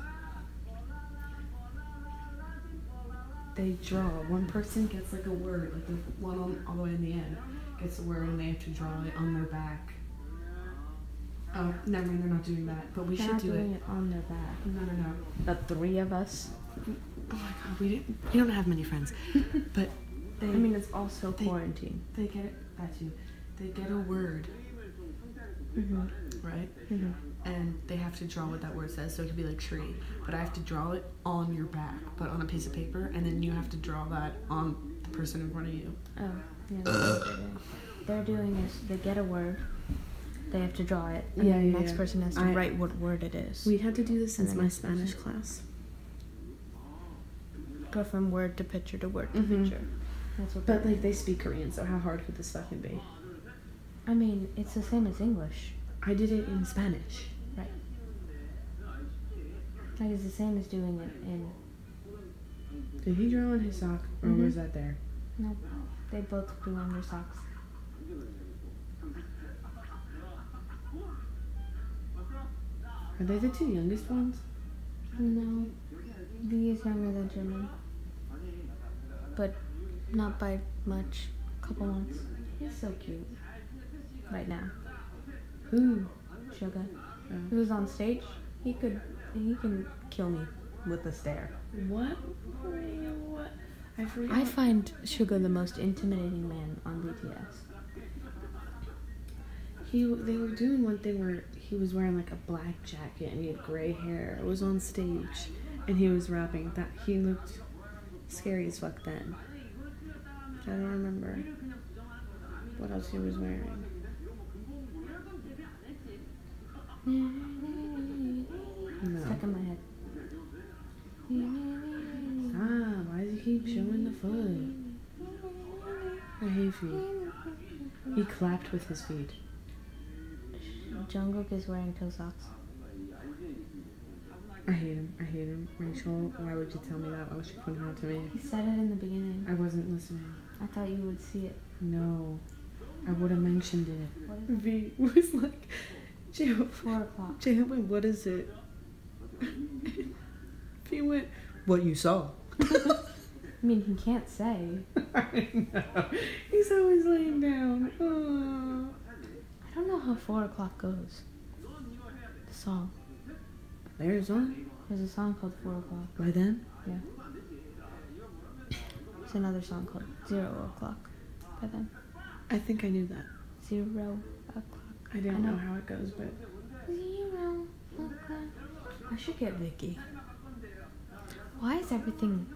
Speaker 1: They draw. One person gets like a word, like the one on, all the way in the end gets a word, and they have to draw it on their back. Oh, never mind. They're not doing that. But we
Speaker 2: They're
Speaker 1: should
Speaker 2: not
Speaker 1: do
Speaker 2: doing
Speaker 1: it.
Speaker 2: it on their back.
Speaker 1: No, no, no.
Speaker 2: The three of us.
Speaker 1: Oh my god, we didn't. We don't have many friends, but they.
Speaker 2: I mean, it's also
Speaker 1: They-
Speaker 2: quarantine.
Speaker 1: they get that too. They get a word,
Speaker 2: Mm-hmm.
Speaker 1: right?
Speaker 2: Mm-hmm.
Speaker 1: and they have to draw what that word says. So it could be like tree, but I have to draw it on your back, but on a piece of paper, and then you have to draw that on the person in front of you.
Speaker 2: Oh, yeah. that's what they're doing. They're doing is they get a word, they have to draw it, and
Speaker 1: Yeah,
Speaker 2: then
Speaker 1: yeah,
Speaker 2: the next
Speaker 1: yeah.
Speaker 2: person has to
Speaker 1: I-
Speaker 2: write what word it is.
Speaker 1: had to do this
Speaker 2: since my Spanish
Speaker 1: class.
Speaker 2: go from word to picture to word to
Speaker 1: Mhm.
Speaker 2: picture. That's what.
Speaker 1: But
Speaker 2: they're
Speaker 1: like they speak Korean, so how hard could this fucking be?
Speaker 2: doing. I mean, it's the same as English,
Speaker 1: I did it in Spanish.
Speaker 2: right? Like it's the same as doing it in.
Speaker 1: Did he draw on his sock, or
Speaker 2: Mhm.
Speaker 1: was that there?
Speaker 2: No, they both do on their socks.
Speaker 1: Are they the two youngest ones?
Speaker 2: No, V is younger than Jimin, but not by much. Couple months. He's so cute. Right now.
Speaker 1: Who?
Speaker 2: Sugar.
Speaker 1: Oh.
Speaker 2: He was on stage. He could. He can kill me with a stare.
Speaker 1: What? What? I forgot.
Speaker 2: I find Sugar the most intimidating man on BTS.
Speaker 1: He they were doing one thing where he was wearing like a black jacket and he had gray hair. It was on stage, and he was rapping. That he looked
Speaker 2: scary as fuck then. I don't remember what else he was wearing.
Speaker 1: No.
Speaker 2: Stuck in my head.
Speaker 1: Ah, why does he keep showing the foot? I hate feet.
Speaker 2: *laughs*
Speaker 1: He clapped with his feet.
Speaker 2: Jungkook is wearing toe socks.
Speaker 1: I hate him. I hate him. Rachel, why would you tell me that? Why would you point it out to me?
Speaker 2: He said it in the beginning.
Speaker 1: I wasn't listening.
Speaker 2: I thought you would see it.
Speaker 1: No. I would have mentioned it.
Speaker 2: What is it?
Speaker 1: V was like, Joe,
Speaker 2: Four o'clock.
Speaker 1: Jay went, what is it? *laughs* he went, what you saw.
Speaker 2: I mean, he can't say.
Speaker 1: *laughs* I know. He's always laying down. Oh.
Speaker 2: I don't know how four o'clock goes. The song.
Speaker 1: There's one.
Speaker 2: There's a song called Four O'Clock.
Speaker 1: By then?
Speaker 2: Yeah. There's another song called Zero O'Clock by them.
Speaker 1: I think I knew that.
Speaker 2: Zero O'Clock.
Speaker 1: I don't
Speaker 2: know.
Speaker 1: know. how it goes, but
Speaker 2: Zero O'Clock. I should get Vicky. Why is everything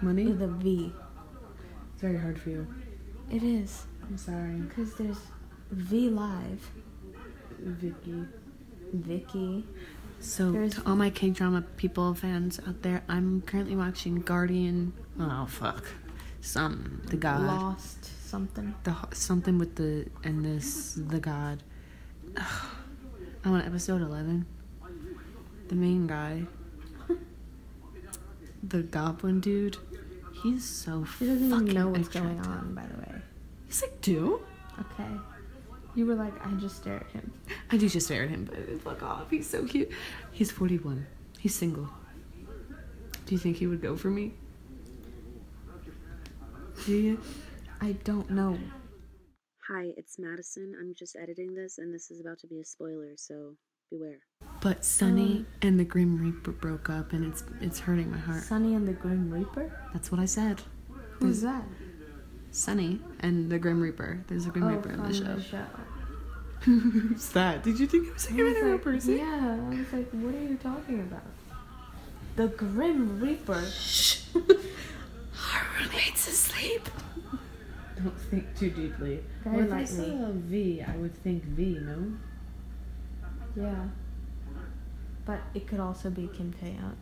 Speaker 1: money?
Speaker 2: with a V?
Speaker 1: It's very hard for you.
Speaker 2: It is.
Speaker 1: I'm sorry.
Speaker 2: Because there's V Live,
Speaker 1: Vicky.
Speaker 2: Vicky.
Speaker 1: So,
Speaker 2: There's-
Speaker 1: to all my K drama people fans out there, I'm currently watching Guardian. Oh fuck, some the god,
Speaker 2: Lost something.
Speaker 1: the ho- something with the and this the god. *sighs* I'm on episode eleven. The main guy, the goblin dude, he's so
Speaker 2: She doesn't
Speaker 1: fucking
Speaker 2: even know what's going
Speaker 1: attractive.
Speaker 2: on, by the way.
Speaker 1: He's like, do?
Speaker 2: Okay. You were like, I just stare at him.
Speaker 1: I do just stare at him, but fuck off. He's so cute. He's 41. He's single. Do you think he would go for me? Do you?
Speaker 2: I don't know.
Speaker 3: Hi, it's Madison. I'm just editing this, and this is about to be a spoiler, so beware.
Speaker 1: But Sunny and the Grim Reaper broke up, and it's it's hurting my heart.
Speaker 2: Uh, Sunny and the Grim Reaper?
Speaker 1: That's what I said.
Speaker 2: Who's
Speaker 1: Mm.
Speaker 2: that?
Speaker 1: Sunny and the Grim Reaper. There's a Grim Reaper in
Speaker 2: from
Speaker 1: the show. Who's that? Did you think it was
Speaker 2: I
Speaker 1: him
Speaker 2: was
Speaker 1: and the
Speaker 2: like,
Speaker 1: Reaper? Is it?
Speaker 2: yeah, I was like, what are you talking about? The Grim Reaper.
Speaker 1: Shh. Our roommate's asleep. Don't think too deeply.
Speaker 2: Very
Speaker 1: Well, if I
Speaker 2: lightly.
Speaker 1: saw a V, I would think V, no?
Speaker 2: Yeah. But it could also be Kim Taeyeon.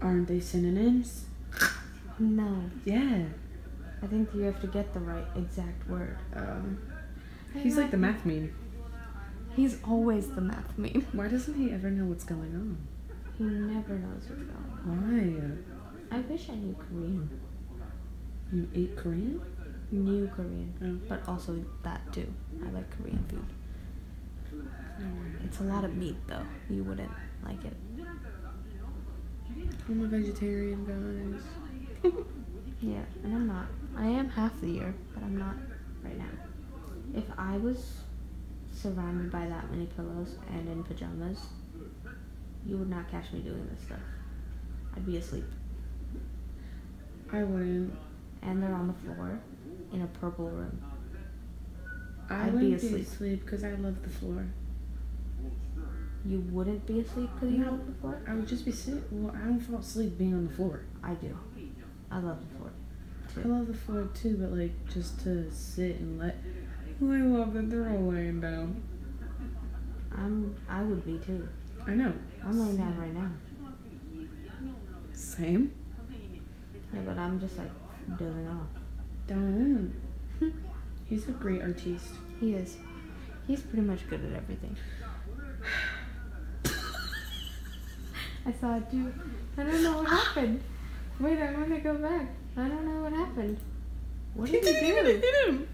Speaker 1: Aren't they synonyms?
Speaker 2: No,
Speaker 1: Yeah.
Speaker 2: I think you have to get the right exact word. Um,
Speaker 1: he's like the math meme.
Speaker 2: He's always the math meme.
Speaker 1: Why doesn't he ever know what's going on?
Speaker 2: He never knows what's going on.
Speaker 1: Why?
Speaker 2: I wish I knew Korean.
Speaker 1: You ate Korean?
Speaker 2: Knew Korean.
Speaker 1: Oh.
Speaker 2: But also that too. I like Korean food. It's a lot of meat though. You wouldn't like it.
Speaker 1: I'm a vegetarian, guys.
Speaker 2: Yeah, and I'm not. I am half the year, but I'm not right now. If I was surrounded by that many pillows and in pajamas, you would not catch me doing this stuff. I'd be asleep.
Speaker 1: I wouldn't.
Speaker 2: And they're on the floor in a purple room.
Speaker 1: I
Speaker 2: I'd be
Speaker 1: wouldn't
Speaker 2: asleep.
Speaker 1: because I love the floor.
Speaker 2: You wouldn't be asleep because you
Speaker 1: No.
Speaker 2: love the floor?
Speaker 1: I would just be sitting. Well, I don't fall asleep being on the floor.
Speaker 2: I do. I love the floor.
Speaker 1: I love the floor too, but like just to sit and let. Well, I love that they're all laying down.
Speaker 2: I'm I would be too.
Speaker 1: I know.
Speaker 2: I'm laying down right now.
Speaker 1: Same.
Speaker 2: Yeah, but I'm just like dozing off.
Speaker 1: *laughs* Don't. He's a great artiste.
Speaker 2: He is. He's pretty much good at everything. *sighs* I saw it too. I don't know what happened. Wait, I want to go back. I don't know what happened. What *laughs* did he
Speaker 1: even
Speaker 2: do?
Speaker 1: hit him.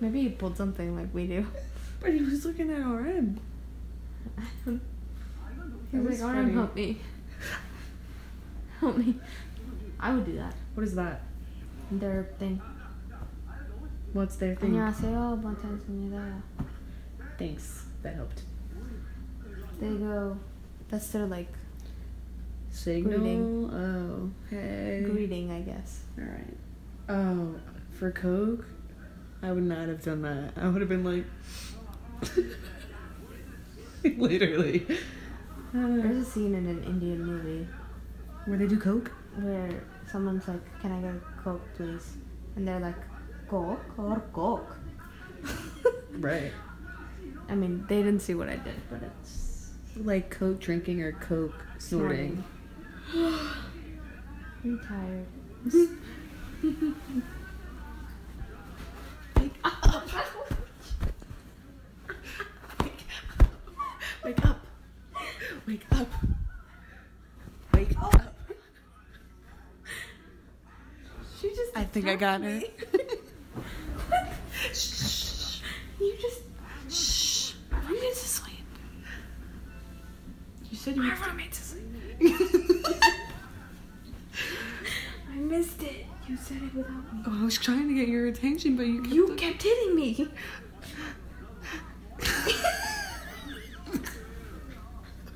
Speaker 2: Maybe he pulled something like we do.
Speaker 1: But he was looking at RM.
Speaker 2: *laughs* He
Speaker 1: That
Speaker 2: was
Speaker 1: was
Speaker 2: like, Arm,
Speaker 1: funny.
Speaker 2: help me. *laughs* help me. I would do that.
Speaker 1: What is that?
Speaker 2: Their thing.
Speaker 1: What's their
Speaker 2: And
Speaker 1: thing?
Speaker 2: yeah, I say, oh, bontanzanida.
Speaker 1: Thanks. That helped.
Speaker 2: They go, that's their like
Speaker 1: Signal.
Speaker 2: Greeting.
Speaker 1: Oh, hey.
Speaker 2: greeting, I guess.
Speaker 1: All right. Oh, for Coke, I would not have done that. I would have been like, *laughs* literally. Uh, *laughs*
Speaker 2: There's a scene in an Indian movie
Speaker 1: Where they do coke?
Speaker 2: where someone's like, "Can I get a coke, please?" And they're like, "Coke or coke?" *laughs*
Speaker 1: Right.
Speaker 2: I mean, they didn't see what I did, but it's
Speaker 1: Like coke drinking or coke snorting.
Speaker 2: I'm tired.
Speaker 1: Wake up! Wake up! Wake up!
Speaker 2: She just.
Speaker 1: I think I got it.
Speaker 2: *laughs* You just.
Speaker 1: Shh! My roommate's asleep.
Speaker 2: You said you.
Speaker 1: roommate's asleep.
Speaker 2: I missed it. You said it without me.
Speaker 1: Oh, I was trying to get your attention, but you kept
Speaker 2: You kept hitting me.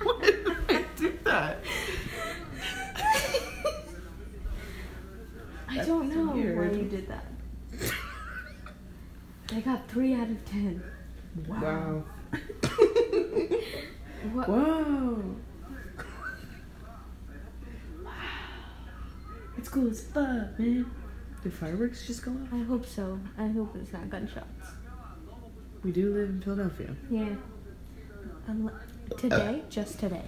Speaker 1: Why did I do that?
Speaker 2: *laughs* I don't know
Speaker 1: weird.
Speaker 2: why you did that. I got three out of ten.
Speaker 1: Wow.
Speaker 2: What?
Speaker 1: Whoa. *laughs* It's cool as fuck, man. Did fireworks just go off?
Speaker 2: I hope so. I hope it's not gunshots.
Speaker 1: We do live in Philadelphia.
Speaker 2: Yeah. Unle- today,
Speaker 1: Uh.
Speaker 2: just today,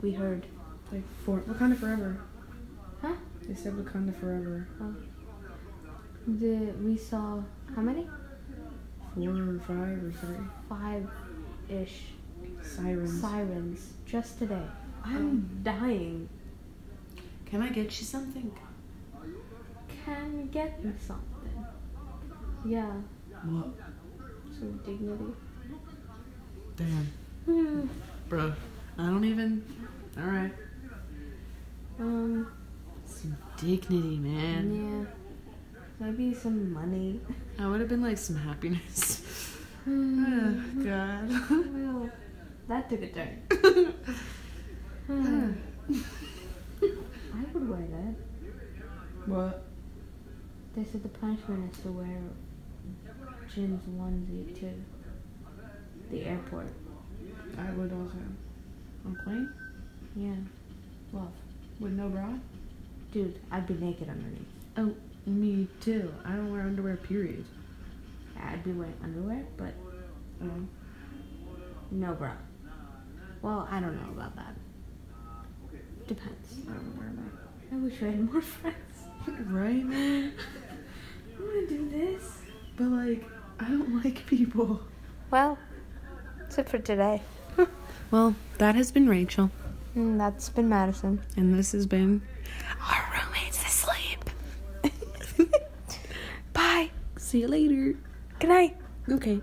Speaker 2: we heard.
Speaker 1: Like for Wakanda Forever.
Speaker 2: Huh? Oh.
Speaker 1: They said Wakanda Forever.
Speaker 2: The we saw how many?
Speaker 1: Four or five or something.
Speaker 2: Five, ish
Speaker 1: Sirens. Oh.
Speaker 2: sirens just today. I'm dying.
Speaker 1: Can I get you something?
Speaker 2: Can you get me something? Yeah.
Speaker 1: What?
Speaker 2: Some dignity.
Speaker 1: Damn.
Speaker 2: *sighs* Hmm.
Speaker 1: Bruh. I don't even. Alright.
Speaker 2: Um.
Speaker 1: Some dignity, man.
Speaker 2: Yeah. Maybe some money.
Speaker 1: I would have been like some happiness. *laughs*
Speaker 2: Hmm.
Speaker 1: Ugh, God.
Speaker 2: well, that took a turn. *sighs* Hmm. I would wear that.
Speaker 1: what?
Speaker 2: They said the punishment is to wear Jim's onesie to the airport.
Speaker 1: I would also. On plane?
Speaker 2: Yeah. Well,
Speaker 1: With no bra?
Speaker 2: dude, I'd be naked underneath.
Speaker 1: Oh, me too. I don't wear underwear, period.
Speaker 2: I'd be wearing underwear, but
Speaker 1: Um,
Speaker 2: no bra. Well, I don't know about that. Depends.
Speaker 1: I don't wear my.
Speaker 2: I wish I had more *laughs* friends.
Speaker 1: Right,
Speaker 2: *laughs*
Speaker 1: man?
Speaker 2: I want to do this.
Speaker 1: But like, I don't *laughs* like people.
Speaker 2: Well, that's it for today.
Speaker 1: Well, that has been Rachel,
Speaker 2: And that's been Madison. *laughs*
Speaker 1: and this has been Our Roommates Asleep.
Speaker 2: Bye.
Speaker 1: See you later.
Speaker 2: Good night.
Speaker 1: Okay.